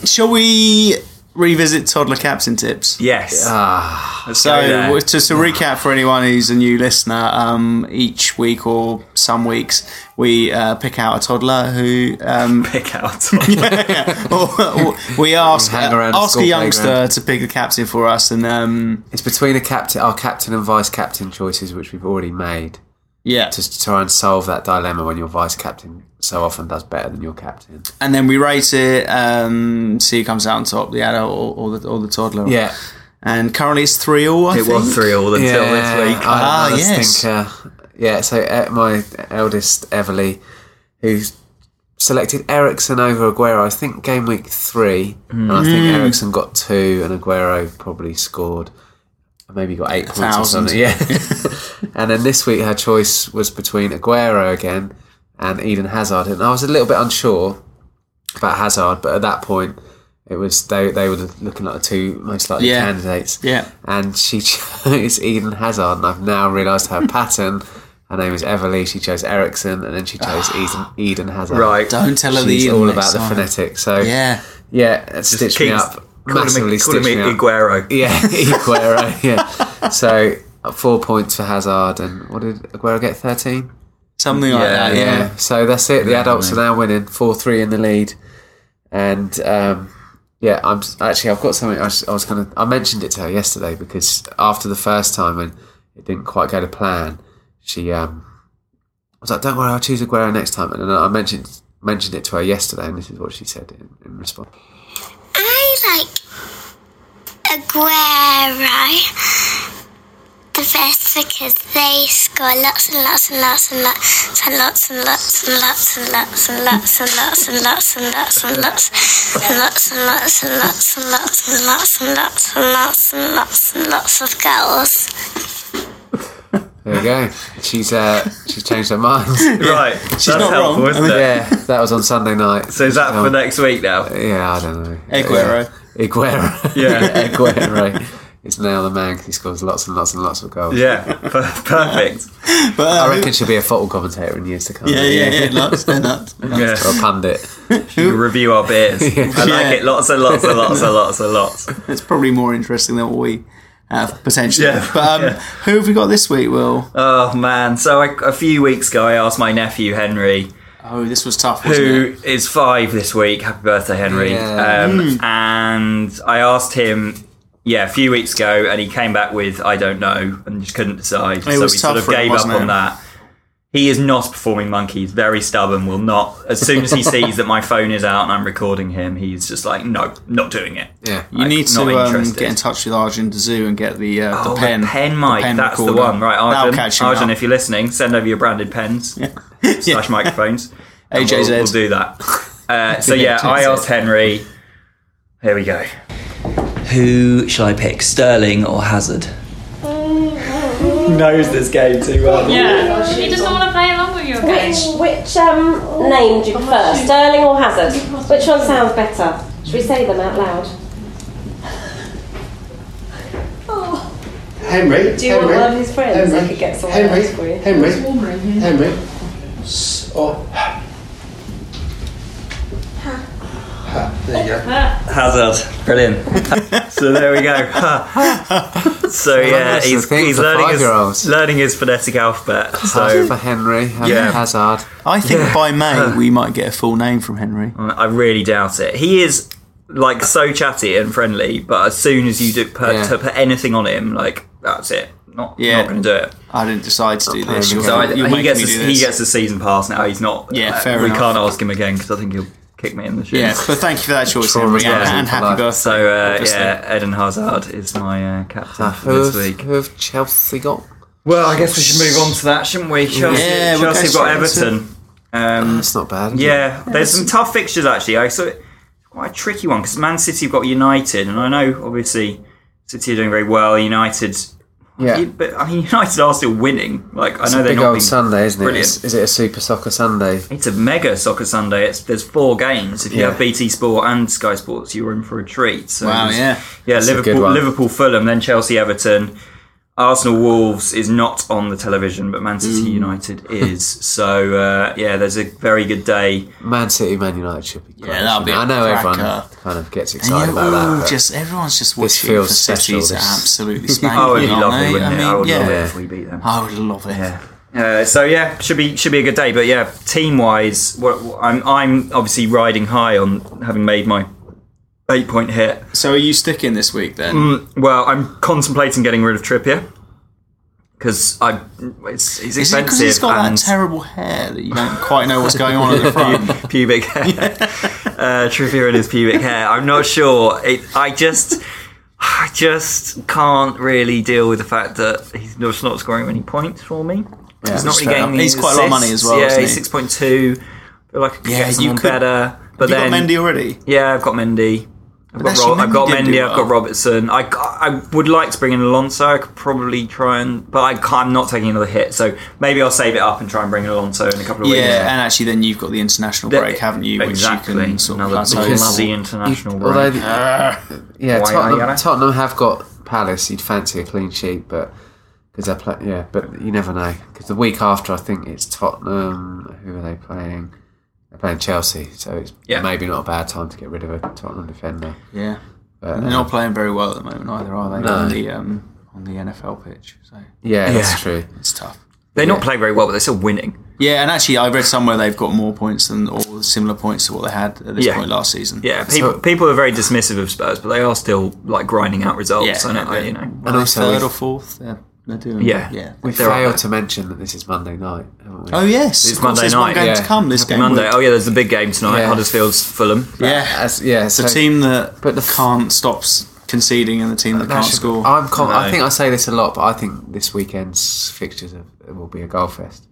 Speaker 1: Shall we revisit toddler captain tips?
Speaker 2: Yes.
Speaker 3: Ah.
Speaker 2: Let's
Speaker 1: So,
Speaker 2: go there.
Speaker 1: just to recap for anyone who's a new listener, um, each week or some weeks we uh, pick out a toddler who um,
Speaker 2: pick out.
Speaker 1: or- or we ask uh,
Speaker 3: Hang around
Speaker 1: ask
Speaker 3: school
Speaker 1: a youngster
Speaker 3: playground.
Speaker 1: to pick the captain for us, and um,
Speaker 3: it's between a captain, our captain and vice captain choices, which we've already made,
Speaker 1: yeah,
Speaker 3: just to try and solve that dilemma when your vice captain so often does better than your captain.
Speaker 1: and then we rate it. Um, see who comes out on top, the adult or, or the or the toddler.
Speaker 3: Yeah.
Speaker 1: and currently it's three all. I
Speaker 2: it
Speaker 1: think.
Speaker 2: was three all until
Speaker 3: yeah,
Speaker 2: this week.
Speaker 3: I
Speaker 1: Ah,
Speaker 3: had another
Speaker 1: yes.
Speaker 3: stinker. Yeah, so uh, my eldest, Everly, who selected Ericsson over Aguero, I think game week three, and I think
Speaker 1: Hmm.
Speaker 3: Ericsson got two, and Aguero probably scored. Maybe got eight points or
Speaker 1: thousand.
Speaker 3: something. Yeah. and then this week her choice was between Aguero again and Eden Hazard, and I was a little bit unsure about Hazard, but at that point it was they they were looking like the two most likely
Speaker 1: Yeah.
Speaker 3: candidates
Speaker 1: Yeah.
Speaker 3: and she chose Eden Hazard, and I've now realised her pattern. Her name is Everly. She chose Ericsson, and then she chose Eden, Eden Hazard.
Speaker 2: Ah. Right.
Speaker 1: Don't tell her the
Speaker 3: She's
Speaker 1: Ian
Speaker 3: all
Speaker 1: next
Speaker 3: about the
Speaker 1: time.
Speaker 3: phonetics. So
Speaker 1: Yeah.
Speaker 3: yeah, it stitched me
Speaker 2: Keeps
Speaker 3: up
Speaker 2: calling
Speaker 3: massively.
Speaker 2: me, calling
Speaker 3: Stitched
Speaker 2: me
Speaker 3: me up.
Speaker 2: Iguero.
Speaker 3: Yeah, Aguero. yeah. So four points for Hazard, and what did Aguero get? Thirteen.
Speaker 1: something like
Speaker 2: Yeah,
Speaker 1: that. Yeah.
Speaker 3: Uh, Yeah. So that's it. The adults are now winning four three in the lead, and um, yeah, I'm s- actually I've got something I was, I was gonna I mentioned it to her yesterday because after the first time and it didn't quite go to plan, she um, I was like, don't worry, I'll choose Aguero next time, and then I mentioned mentioned it to her yesterday, and this is what she said in, in response.
Speaker 6: I like Aguero. The the best because they score lots and lots and lots and lots and lots and lots and lots and lots and lots and lots and lots and lots and lots and lots and lots and lots and lots and lots and lots and lots and lots and lots of goals.
Speaker 3: There we go. She's uh, she's changed her mind.
Speaker 2: Right. That's
Speaker 1: not
Speaker 2: helpful,
Speaker 1: wrong.
Speaker 2: isn't it?
Speaker 3: yeah, that was on Sunday night.
Speaker 2: So is that
Speaker 3: Um,
Speaker 2: for next week now?
Speaker 3: Yeah, I don't know.
Speaker 1: Aguero.
Speaker 3: Yeah. Aguero.
Speaker 2: Yeah.
Speaker 3: Aguero. It's now the man. He scores lots and lots and lots of goals.
Speaker 2: Yeah. per- Perfect.
Speaker 1: But, uh,
Speaker 3: I reckon she'll be a football commentator in years to come.
Speaker 1: Yeah, yeah, yeah. Nuts, they're nuts.
Speaker 2: Yeah.
Speaker 3: Or a pundit.
Speaker 2: You review our beers. I
Speaker 1: Yeah.
Speaker 2: like it lots and lots and lots and lots and lots.
Speaker 1: It's probably more interesting than what we have potentially.
Speaker 2: Yeah,
Speaker 1: But um, who have we got this week, Will?
Speaker 2: Oh man! So I, a few weeks ago, I asked my nephew Henry,
Speaker 1: Oh, this was tough, wasn't it?
Speaker 2: who is five this week. Happy birthday, Henry!
Speaker 3: Yeah.
Speaker 2: Um,
Speaker 1: Hmm.
Speaker 2: And I asked him, yeah, a few weeks ago, and he came back with I don't know, and just couldn't decide. so
Speaker 1: was
Speaker 2: we
Speaker 1: tough
Speaker 2: sort of
Speaker 1: for him,
Speaker 2: gave up
Speaker 1: wasn't it?
Speaker 2: on that. He is not a performing monkey. He's very stubborn. Will not. As soon as he sees that my phone is out and I'm recording him, he's just like, no, not doing it.
Speaker 3: Yeah.
Speaker 1: You
Speaker 2: like,
Speaker 1: need to
Speaker 2: not
Speaker 1: um,
Speaker 2: interested.
Speaker 1: get in touch with Arjun Dazoo and get the, uh,
Speaker 2: Oh,
Speaker 1: the pen.
Speaker 2: Mike. That's the
Speaker 1: recorder.
Speaker 2: one, right?
Speaker 1: That'll
Speaker 2: Arjun,
Speaker 1: catch you
Speaker 2: Arjun,
Speaker 1: up.
Speaker 2: if you're listening, send over your branded pens slash microphones. and
Speaker 1: AJZ.
Speaker 2: we'll, we'll do that. Uh, so yeah, I
Speaker 1: AJZ.
Speaker 2: asked Henry. Here we go.
Speaker 7: Who shall I pick, Sterling or Hazard?
Speaker 2: Knows this game too well.
Speaker 8: Yeah. He doesn't want to play along with you again.
Speaker 9: Which, which um, name do you prefer, Sterling or Hazard? Which one sounds better? Should we say them out loud?
Speaker 10: Henry.
Speaker 9: Do you
Speaker 10: Henry,
Speaker 9: want one of his friends?
Speaker 10: Henry,
Speaker 9: I could get someone
Speaker 10: Henry,
Speaker 9: else for you.
Speaker 10: Henry, Henry. S- oh. There you go.
Speaker 2: Hazard, brilliant. so there we go. so yeah,
Speaker 3: that's the
Speaker 2: he's,
Speaker 3: thing
Speaker 2: he's
Speaker 3: for
Speaker 2: learning his
Speaker 3: five-year-olds.
Speaker 2: learning his phonetic alphabet.
Speaker 3: So
Speaker 2: So
Speaker 3: for Henry, and
Speaker 2: Yeah.
Speaker 3: Hazard.
Speaker 1: I think by May we might get a full name from Henry.
Speaker 2: um, I really doubt it. He is like so chatty and friendly, but as soon as you do put,
Speaker 3: Yeah.
Speaker 2: to put anything on him, like that's it. Not
Speaker 1: Yeah.
Speaker 2: not going to do it.
Speaker 1: I didn't decide to do this.
Speaker 3: Okay.
Speaker 1: You're,
Speaker 2: So I,
Speaker 1: you're
Speaker 2: he
Speaker 1: making
Speaker 2: gets
Speaker 1: me
Speaker 2: a,
Speaker 1: do
Speaker 2: he
Speaker 1: this.
Speaker 2: gets a season pass now. He's not. uh,
Speaker 1: Yeah, fair
Speaker 2: We
Speaker 1: enough.
Speaker 2: can't ask him again because I think he'll kick me in the shin.
Speaker 1: yeah, but thank you for that choice,
Speaker 3: Traumatising
Speaker 1: Henry, and, and
Speaker 3: for
Speaker 1: happy
Speaker 3: life.
Speaker 1: birthday.
Speaker 2: So uh,
Speaker 1: obviously.
Speaker 2: yeah, Eden Hazard is my uh, captain for
Speaker 3: Who
Speaker 2: this
Speaker 3: have,
Speaker 2: week.
Speaker 3: who have Chelsea got?
Speaker 2: Well, I guess we should move on to that, shouldn't we? Chelsea,
Speaker 1: Yeah, we'll go
Speaker 2: Chelsea have got
Speaker 1: straight
Speaker 2: Everton. Um,
Speaker 3: That's not bad. is it?
Speaker 2: yeah, there's some tough fixtures actually. I saw it- quite a tricky one because Man City have got United, and I know obviously City are doing very well. United,
Speaker 3: Yeah.
Speaker 2: but I mean United are still winning. Like I
Speaker 3: It's
Speaker 2: know
Speaker 3: a
Speaker 2: they're
Speaker 3: big
Speaker 2: not
Speaker 3: old
Speaker 2: being
Speaker 3: Sunday, isn't it?
Speaker 2: brilliant.
Speaker 3: Is, is it a Super Soccer Sunday?
Speaker 2: It's a mega soccer Sunday. It's there's four games. If you
Speaker 3: Yeah.
Speaker 2: have BT Sport and Sky Sports, you're in for a treat. So
Speaker 1: Wow,
Speaker 2: there's-
Speaker 1: yeah.
Speaker 2: yeah.
Speaker 3: a good
Speaker 2: Liverpool,
Speaker 3: one.
Speaker 2: Liverpool, Fulham, then Chelsea, Everton, Arsenal, Wolves is not on the television, but Man City
Speaker 1: Mm.
Speaker 2: United is. So uh, yeah, there's a very good day.
Speaker 3: Man City, Man United should be great.
Speaker 1: Yeah, that'll be
Speaker 3: shouldn't
Speaker 1: a
Speaker 3: it? I know
Speaker 1: cracker.
Speaker 3: everyone kind of gets
Speaker 1: And
Speaker 3: excited
Speaker 1: you-
Speaker 3: about
Speaker 1: ooh,
Speaker 3: that. but-
Speaker 1: just everyone's just watching for
Speaker 3: feels
Speaker 1: City
Speaker 3: special,
Speaker 1: to
Speaker 3: this.
Speaker 1: absolutely spank.
Speaker 2: Oh, it'd be
Speaker 1: them, aren't
Speaker 2: lovely,
Speaker 1: they?
Speaker 2: wouldn't
Speaker 1: I
Speaker 2: it?
Speaker 1: mean,
Speaker 2: I would
Speaker 1: yeah,
Speaker 2: love it if we beat them.
Speaker 1: I would love it.
Speaker 2: Yeah. Uh, so yeah, should be should be a good day. But yeah, team wise, what, what- I'm I'm obviously riding high on having made my eight point hit.
Speaker 1: So are you sticking this week then?
Speaker 2: Mm, Well, I'm contemplating getting rid of Trippier because I it's,
Speaker 1: Is
Speaker 2: it's
Speaker 1: it
Speaker 2: expensive
Speaker 1: because he's got
Speaker 2: and
Speaker 1: that terrible hair that you don't quite know what's going on at the front?
Speaker 2: pubic hair. uh, Trippier and his pubic hair. I'm not sure. It, I just. I just can't really deal with the fact that he's just not scoring any points for me. he's not
Speaker 1: that's
Speaker 2: really
Speaker 1: fair.
Speaker 2: getting the
Speaker 1: He's quite a lot of money as well,
Speaker 2: assists. Yeah,
Speaker 1: isn't
Speaker 2: he's
Speaker 1: he?
Speaker 2: six point two. Feel like I could
Speaker 1: Yeah, you
Speaker 2: get someone
Speaker 1: could-
Speaker 2: better. But
Speaker 1: you
Speaker 2: then
Speaker 1: got Mendy already.
Speaker 2: Yeah, I've got Mendy. I've got,
Speaker 1: actually
Speaker 2: Ro- I've got
Speaker 1: Mendy didn't do
Speaker 2: Mendy. I've
Speaker 1: well.
Speaker 2: got Robertson. I, I would like to bring in Alonso. I could probably try and, but I can't, I'm not taking another hit. So maybe I'll save it up and try and bring in Alonso in a couple of
Speaker 1: Yeah,
Speaker 2: weeks.
Speaker 1: and actually, then you've got the international break, haven't you?
Speaker 2: Exactly.
Speaker 1: Which you can sort of
Speaker 2: Another
Speaker 1: plateau
Speaker 2: because the
Speaker 1: level.
Speaker 2: international break.
Speaker 3: Although, the- yeah,
Speaker 2: Why are
Speaker 3: Tottenham,
Speaker 2: you-
Speaker 3: Tottenham have got Palace. You'd fancy a clean sheet, but because they're play- yeah, but you never know. Because the week after, I think it's Tottenham. Who are they playing? They're playing Chelsea, so it's
Speaker 2: Yeah.
Speaker 3: maybe not a bad time to get rid of a Tottenham defender.
Speaker 1: Yeah,
Speaker 3: But,
Speaker 1: they're
Speaker 3: uh,
Speaker 1: not playing very well at the moment either, are they?
Speaker 3: No.
Speaker 1: On the um, on the NFL pitch, so
Speaker 3: yeah,
Speaker 2: Yeah.
Speaker 3: that's true.
Speaker 1: it's tough.
Speaker 2: they're not
Speaker 3: yeah.
Speaker 2: playing very well, but they're still winning.
Speaker 1: Yeah, and actually, I read somewhere they've got more points than or similar points to what they had at this
Speaker 2: Yeah.
Speaker 1: point last season.
Speaker 2: Yeah, people, people are very dismissive of Spurs, but they are still like grinding out results.
Speaker 1: Yeah,
Speaker 2: I know,
Speaker 1: okay.
Speaker 2: you know.
Speaker 1: and
Speaker 3: And also
Speaker 1: third
Speaker 3: we've-
Speaker 1: or fourth. They're, they're doing
Speaker 2: Yeah.
Speaker 1: yeah.
Speaker 3: We
Speaker 2: They're up
Speaker 3: failed
Speaker 2: there.
Speaker 3: to mention that this is Monday night, haven't we?
Speaker 1: Oh yes,
Speaker 2: It's
Speaker 1: of course,
Speaker 2: Monday
Speaker 1: there's one
Speaker 2: night,
Speaker 1: game
Speaker 3: yeah.
Speaker 1: to come. This game
Speaker 2: Monday.
Speaker 1: week.
Speaker 2: Oh yeah, there's the big game tonight.
Speaker 3: Yeah.
Speaker 2: Huddersfield's Fulham.
Speaker 1: yeah,
Speaker 3: As- yeah,
Speaker 1: it's a
Speaker 3: so-
Speaker 1: team that
Speaker 3: but the-
Speaker 1: can't stops conceding and the team that, can't
Speaker 3: should-
Speaker 1: score.
Speaker 3: I'm con- I
Speaker 2: No.
Speaker 3: think I say this a lot, but I think this weekend's fixtures are, will be a goal fest.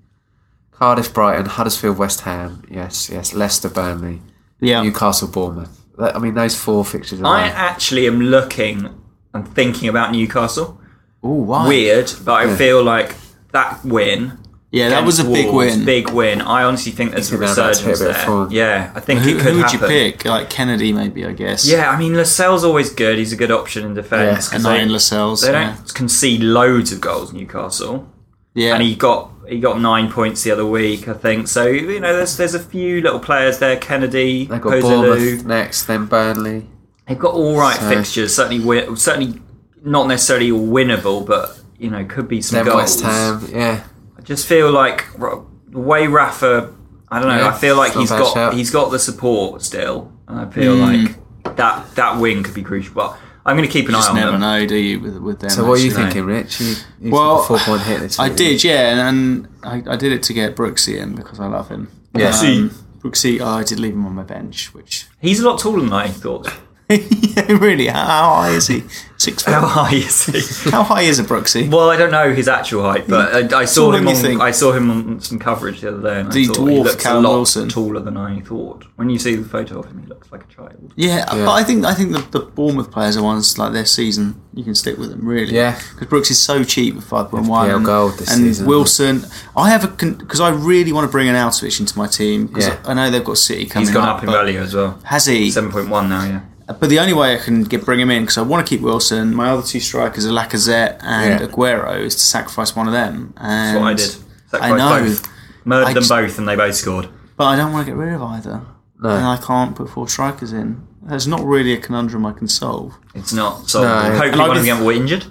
Speaker 3: Cardiff, Brighton, Huddersfield, West Ham. Yes, yes. Leicester, Burnley,
Speaker 1: yeah.
Speaker 3: Newcastle, Bournemouth. That- I mean, those four fixtures.
Speaker 2: I
Speaker 3: Alone.
Speaker 2: actually am looking and thinking about Newcastle.
Speaker 3: Oh, why?
Speaker 2: Weird, but I feel like that win.
Speaker 1: yeah, that was a
Speaker 2: against
Speaker 1: big
Speaker 2: Wolves,
Speaker 1: win.
Speaker 2: Big win. I honestly think there's a
Speaker 3: Think they're about to hit a
Speaker 2: resurgence
Speaker 3: bit of
Speaker 2: there.
Speaker 3: form.
Speaker 2: Yeah, I think
Speaker 1: Who,
Speaker 2: it could
Speaker 1: who would you
Speaker 2: happen.
Speaker 1: pick? Like Kennedy, maybe I guess.
Speaker 2: Yeah, I mean Lascelles always good. He's a good option in defence.
Speaker 3: Yeah,
Speaker 1: and
Speaker 2: 'cause they-
Speaker 1: nine Lascelles.
Speaker 2: They
Speaker 1: Yeah,
Speaker 2: don't concede loads of goals, Newcastle,
Speaker 1: yeah.
Speaker 2: and he got he got nine points the other week, I think. So you know, there's there's a few little players there. Kennedy,
Speaker 3: They got Bournemouth
Speaker 2: Pozelu.
Speaker 3: next, then Burnley.
Speaker 2: They've got all right
Speaker 3: So-
Speaker 2: fixtures. Certainly, win, certainly not necessarily all winnable, but you know, could be some
Speaker 3: Then
Speaker 2: goals.
Speaker 3: West Ham, yeah.
Speaker 2: I just feel like Ra- the way Rafa, I don't know.
Speaker 3: Yeah,
Speaker 2: I feel like
Speaker 3: it's not
Speaker 2: he's
Speaker 3: a bad
Speaker 2: got
Speaker 3: shout.
Speaker 2: he's got the support still, and I
Speaker 1: Hmm.
Speaker 2: feel like that that win could be crucial. But I'm going to keep an
Speaker 1: You
Speaker 2: eye
Speaker 1: just
Speaker 2: on
Speaker 1: never
Speaker 2: them.
Speaker 1: know, do you? With, with them.
Speaker 3: So what are you
Speaker 1: actually.
Speaker 3: thinking, Rich? You, you
Speaker 1: Well,
Speaker 3: took a four-point hit this
Speaker 1: I
Speaker 3: week.
Speaker 1: did, yeah, and, and I, I did it to get Brooksy in because I love him.
Speaker 3: Yeah.
Speaker 1: Um, Brooksy, oh, I did leave him on my bench, which
Speaker 2: He's a lot taller than I thought.
Speaker 1: yeah, really, how, how high is he? Six foot.
Speaker 2: How high is he?
Speaker 1: How high Hmm. is a Brooksy?
Speaker 2: Well, I don't know his actual height, but I, I
Speaker 1: Taller
Speaker 2: saw him
Speaker 1: than
Speaker 2: on.
Speaker 1: you think.
Speaker 2: I saw him on some coverage the other day, and
Speaker 1: The
Speaker 2: I thought he
Speaker 1: dwarf
Speaker 2: looks
Speaker 1: Callum
Speaker 2: a lot
Speaker 1: Wilson.
Speaker 2: taller than I thought. When you see the photo of him, he looks like a child.
Speaker 1: Yeah,
Speaker 3: Yeah.
Speaker 1: but I think I think the, the Bournemouth players are ones like their season. You can stick with them really.
Speaker 3: Yeah.
Speaker 1: because Brooks is so cheap at five point one.
Speaker 3: FPL gold this
Speaker 1: and
Speaker 3: season.
Speaker 1: Wilson, I have a because I really want to bring an Altovich into my team because
Speaker 3: Yeah.
Speaker 1: I know they've got City coming.
Speaker 2: He's gone up, in
Speaker 1: but-
Speaker 2: value as well.
Speaker 1: Has he?
Speaker 2: Seven point one now. Yeah.
Speaker 1: But the only way I can get bring him in because I want to keep Wilson. My other two strikers are Lacazette and
Speaker 3: Yeah.
Speaker 1: Aguero. Is to sacrifice one of them. And
Speaker 2: That's what I did.
Speaker 1: I
Speaker 2: Sacrificed
Speaker 1: know,
Speaker 2: Both. Murdered
Speaker 1: I
Speaker 2: them
Speaker 1: just-
Speaker 2: both, and they both scored.
Speaker 1: but I don't want to get rid of either, and
Speaker 3: No.
Speaker 1: I can't put four strikers in. That's not really a conundrum I can solve.
Speaker 2: It's not. So
Speaker 3: No.
Speaker 1: And
Speaker 2: hopefully
Speaker 1: I
Speaker 2: one of
Speaker 1: just-
Speaker 2: them were injured.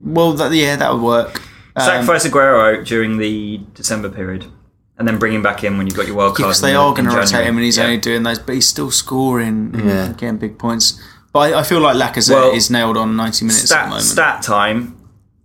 Speaker 1: Well, that, yeah, that would work. Um,
Speaker 2: Sacrifice Aguero during the December period, and then bring him back in when you've got your wild card.
Speaker 1: because
Speaker 2: in
Speaker 1: they
Speaker 2: the-
Speaker 1: are
Speaker 2: in
Speaker 1: going to rotate
Speaker 2: January.
Speaker 1: him, and he's
Speaker 2: Yeah.
Speaker 1: only doing those, but he's still scoring, and
Speaker 3: Yeah.
Speaker 1: getting big points. But I, I feel like Lacazette
Speaker 2: Well,
Speaker 1: is nailed on ninety minutes at the
Speaker 2: stat
Speaker 1: moment.
Speaker 2: stat time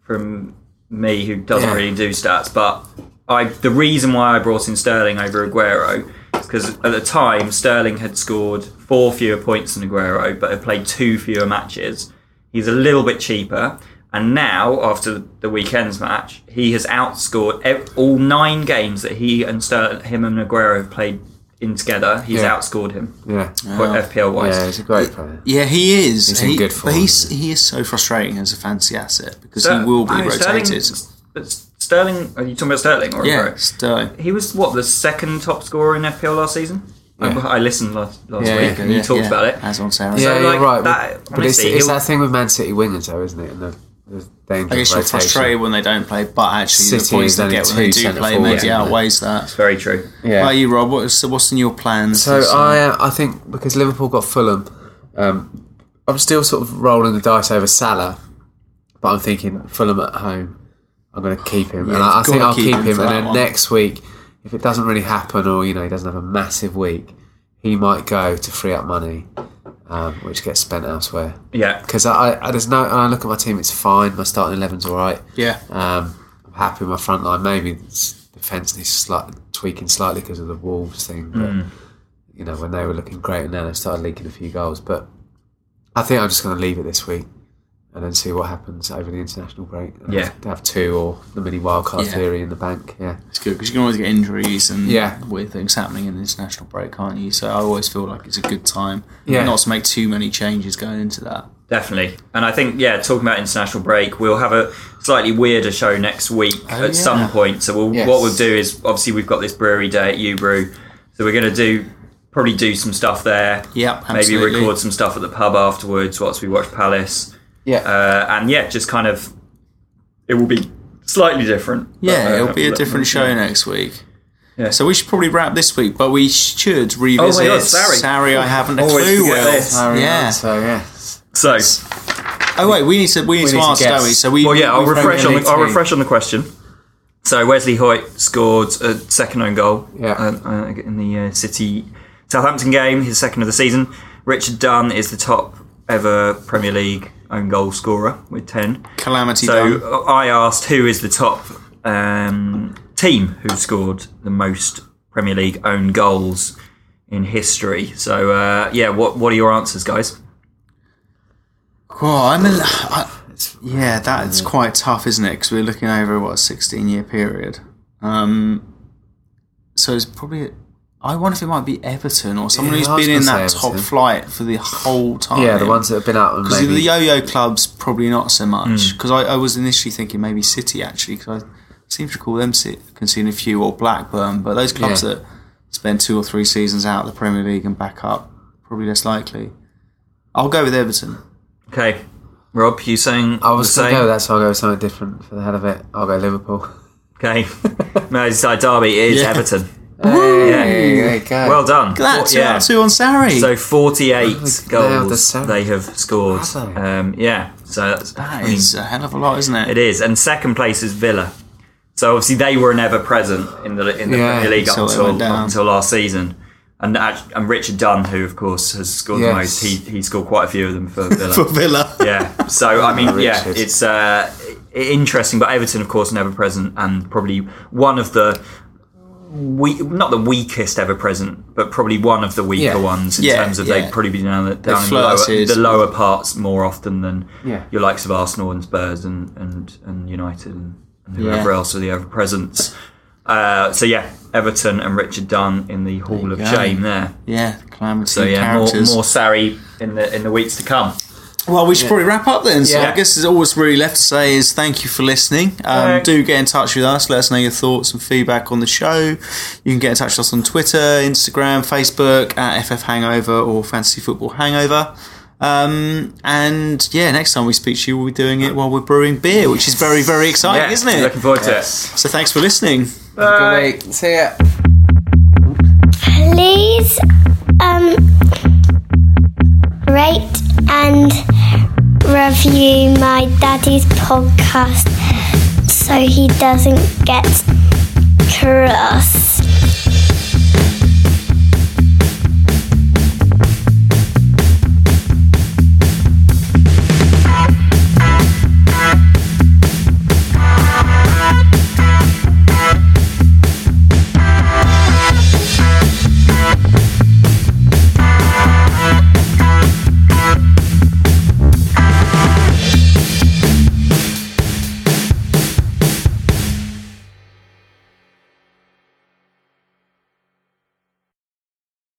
Speaker 2: from me, who doesn't
Speaker 3: Yeah.
Speaker 2: really do stats, but I the reason why I brought in Sterling over Aguero is because at the time Sterling had scored four fewer points than Aguero, but had played two fewer matches. He's a little bit cheaper. And now, after the weekend's match, he has outscored ev- all nine games that he and Sterling, him and Aguero have played in together. He's
Speaker 3: Yeah.
Speaker 2: outscored him,
Speaker 3: Yeah.
Speaker 2: FPL wise.
Speaker 3: Yeah, he's a great player.
Speaker 1: Yeah, he is.
Speaker 3: He's in
Speaker 1: He-
Speaker 3: good form.
Speaker 1: But he's, he is so frustrating as a fancy asset because he
Speaker 2: Ster-
Speaker 1: will be
Speaker 2: Oh,
Speaker 1: rotated.
Speaker 2: Sterling, but Sterling, are you talking about Sterling or
Speaker 1: yeah,
Speaker 2: Aguero?
Speaker 1: Sterling.
Speaker 2: He was what the second top scorer in FPL last season.
Speaker 3: Yeah.
Speaker 2: I, I listened last, last
Speaker 3: Yeah,
Speaker 2: week, and you
Speaker 1: Yeah,
Speaker 2: talked
Speaker 1: yeah,
Speaker 2: about it.
Speaker 1: as on Sarah.
Speaker 3: Yeah,
Speaker 2: So,
Speaker 3: you're
Speaker 2: like,
Speaker 3: right.
Speaker 2: that-
Speaker 3: but it's,
Speaker 2: honestly,
Speaker 3: it's
Speaker 2: he'll-
Speaker 3: that thing with Man City wingers, though, isn't it? And the, the danger
Speaker 1: I guess
Speaker 3: of
Speaker 1: you're
Speaker 3: rotation.
Speaker 1: frustrated when they don't play, but actually the
Speaker 3: City
Speaker 1: points
Speaker 3: is
Speaker 1: they
Speaker 3: only
Speaker 1: get when they
Speaker 3: two
Speaker 1: do
Speaker 3: centre
Speaker 1: play
Speaker 3: forwards,
Speaker 1: maybe
Speaker 3: isn't it?
Speaker 1: outweighs that.
Speaker 2: Very true.
Speaker 1: How
Speaker 3: Yeah.
Speaker 1: about you, Rob? What's what's in your plans?
Speaker 3: So
Speaker 1: this, uh,
Speaker 3: I, uh, I think because Liverpool got Fulham, um, I'm still sort of rolling the dice over Salah, but I'm thinking Fulham at home. I'm going to keep him, and I, I
Speaker 1: you've
Speaker 3: think
Speaker 1: gotta
Speaker 3: I'll
Speaker 1: keep
Speaker 3: keep
Speaker 1: him
Speaker 3: him.
Speaker 1: for
Speaker 3: and
Speaker 1: that
Speaker 3: then
Speaker 1: one.
Speaker 3: next week, if it doesn't really happen, or you know he doesn't have a massive week, he might go to free up money, um, which gets spent elsewhere.
Speaker 2: Yeah,
Speaker 3: Because I, I, I there's no. I look at my team; it's fine. My starting eleven's all right.
Speaker 1: yeah,
Speaker 3: Um, I'm happy with my front line. Maybe it's- defence needs slight, tweaking slightly because of the Wolves thing. But,
Speaker 2: Hmm.
Speaker 3: You know, when they were looking great and then they started leaking a few goals. But I think I'm just going to leave it this week and then see what happens over the international break. And
Speaker 2: Yeah.
Speaker 3: Have two or the mini wildcard
Speaker 1: Yeah.
Speaker 3: theory in the bank. Yeah.
Speaker 1: it's good because you can always get injuries and
Speaker 3: Yeah.
Speaker 1: weird things happening in the international break, can't you? So I always feel like it's a good time
Speaker 3: Yeah.
Speaker 1: not to make too many changes going into that.
Speaker 2: definitely. And I think yeah, talking about international break, we'll have a slightly weirder show next week at
Speaker 1: Oh, yeah.
Speaker 2: some point. So we'll,
Speaker 3: Yes.
Speaker 2: what we'll do is obviously we've got this brewery day at U Brew, so we're going to do probably do some stuff there.
Speaker 1: Yep,
Speaker 2: Maybe
Speaker 1: absolutely.
Speaker 2: record some stuff at the pub afterwards whilst we watch Palace.
Speaker 3: Yeah.
Speaker 2: uh, and yeah, just kind of it will be slightly different.
Speaker 1: Yeah,
Speaker 2: But, uh,
Speaker 1: it'll be a
Speaker 2: but-
Speaker 1: different show next week.
Speaker 2: Yeah.
Speaker 1: So we should probably wrap this week, but we should revisit.
Speaker 2: God, oh, sorry.
Speaker 1: I haven't a
Speaker 2: Always
Speaker 1: clue.
Speaker 2: forget
Speaker 1: Will.
Speaker 2: this.
Speaker 3: Carry on,
Speaker 1: Yeah.
Speaker 3: So yeah.
Speaker 2: So,
Speaker 1: Oh wait, we need to we need to
Speaker 3: need to
Speaker 1: ask,
Speaker 3: guess.
Speaker 1: don't we? So we.
Speaker 2: well, yeah, I'll
Speaker 1: we-
Speaker 2: refresh on
Speaker 3: need
Speaker 2: the, I'll
Speaker 3: to-
Speaker 2: refresh on the question. So Wesley Hoyt scored a second own goal
Speaker 3: Yeah.
Speaker 2: uh, uh, in the uh, City Southampton game, his second of the season. Richard Dunn is the top ever Premier League own goal scorer with ten.
Speaker 1: Calamity.
Speaker 2: So
Speaker 1: Done.
Speaker 2: uh, I asked who is the top um, team who scored the most Premier League own goals in history. So uh, yeah, what what are your answers, guys?
Speaker 1: Well, I'm a, li- I, yeah, that's quite tough, isn't it? Because we're looking over what a 16 year period. Um, so it's probably. I wonder if it might be Everton or someone
Speaker 3: Yeah, I
Speaker 1: who's
Speaker 3: was
Speaker 1: been in
Speaker 3: gonna
Speaker 1: that
Speaker 3: say
Speaker 1: top
Speaker 3: Everton.
Speaker 1: flight for the whole time.
Speaker 3: Yeah, the ones that have been out and
Speaker 1: Because
Speaker 3: maybe
Speaker 1: the yo-yo clubs probably not so much.
Speaker 3: Mm.
Speaker 1: Because I, I was initially thinking maybe City actually, because I seem to recall them si- conceding a few or Blackburn, but those clubs
Speaker 3: Yeah.
Speaker 1: that spend two or three seasons out of the Premier League and back up probably less likely. I'll go with Everton.
Speaker 2: Okay, Rob, you saying
Speaker 3: I was
Speaker 2: the
Speaker 3: going
Speaker 2: same?
Speaker 3: to go with that, so I'll go with something different for the hell of it. I'll go Liverpool.
Speaker 2: Okay, no, it's like Derby. It is
Speaker 3: Yeah.
Speaker 2: Everton.
Speaker 3: Hey, there you go.
Speaker 2: Well done.
Speaker 1: Look at that, two out of two on Sarri.
Speaker 2: So 48
Speaker 1: out of the
Speaker 2: goals they have scored. Um, yeah, so that's
Speaker 1: That is a hell of a lot, isn't it?
Speaker 2: It is. And second place is Villa. So obviously they were never present in the in the
Speaker 1: Yeah,
Speaker 2: Premier League up
Speaker 1: until it
Speaker 2: until,
Speaker 1: went down.
Speaker 2: up until last season. And act- and Richard Dunn, who of course has scored
Speaker 1: Yes.
Speaker 2: the most, he he scored quite a few of them for Villa.
Speaker 1: For Villa.
Speaker 2: yeah. So I mean, yeah,
Speaker 1: Richard.
Speaker 2: it's uh, i- interesting. But Everton, of course, never present, and probably one of the. We, not the weakest ever present, but probably one of the weaker
Speaker 1: Yeah.
Speaker 2: ones in
Speaker 1: Yeah,
Speaker 2: terms of
Speaker 1: yeah.
Speaker 2: they've probably been down, the,
Speaker 1: They
Speaker 2: down in the, lower,
Speaker 1: flirted.
Speaker 2: the lower parts more often than
Speaker 1: Yeah.
Speaker 2: your likes of Arsenal and Spurs and and, and United and, and whoever
Speaker 1: Yeah.
Speaker 2: else are the ever presents. Uh, so yeah, Everton and Richard Dunn in the Hall of
Speaker 1: go.
Speaker 2: Shame there.
Speaker 1: Yeah, calamity
Speaker 2: So yeah,
Speaker 1: characters.
Speaker 2: more more Sarri in the in the weeks to come.
Speaker 1: Well, we should
Speaker 2: Yeah.
Speaker 1: probably wrap up then. So
Speaker 2: Yeah.
Speaker 1: I guess there's all that's really left to say is thank you for listening. Um,
Speaker 2: Thanks.
Speaker 1: Do get in touch with us. Let us know your thoughts and feedback on the show. You can get in touch with us on Twitter, Instagram, Facebook at FF Hangover or Fantasy Football Hangover. Um, and yeah, next time we speak to you, we'll be doing it while we're brewing beer, which is very, very exciting,
Speaker 2: Yeah,
Speaker 1: isn't it?
Speaker 2: looking forward to it. Yes.
Speaker 1: So thanks for listening.
Speaker 3: Good week. See ya.
Speaker 6: Please um rate and review my daddy's podcast so he doesn't get cross.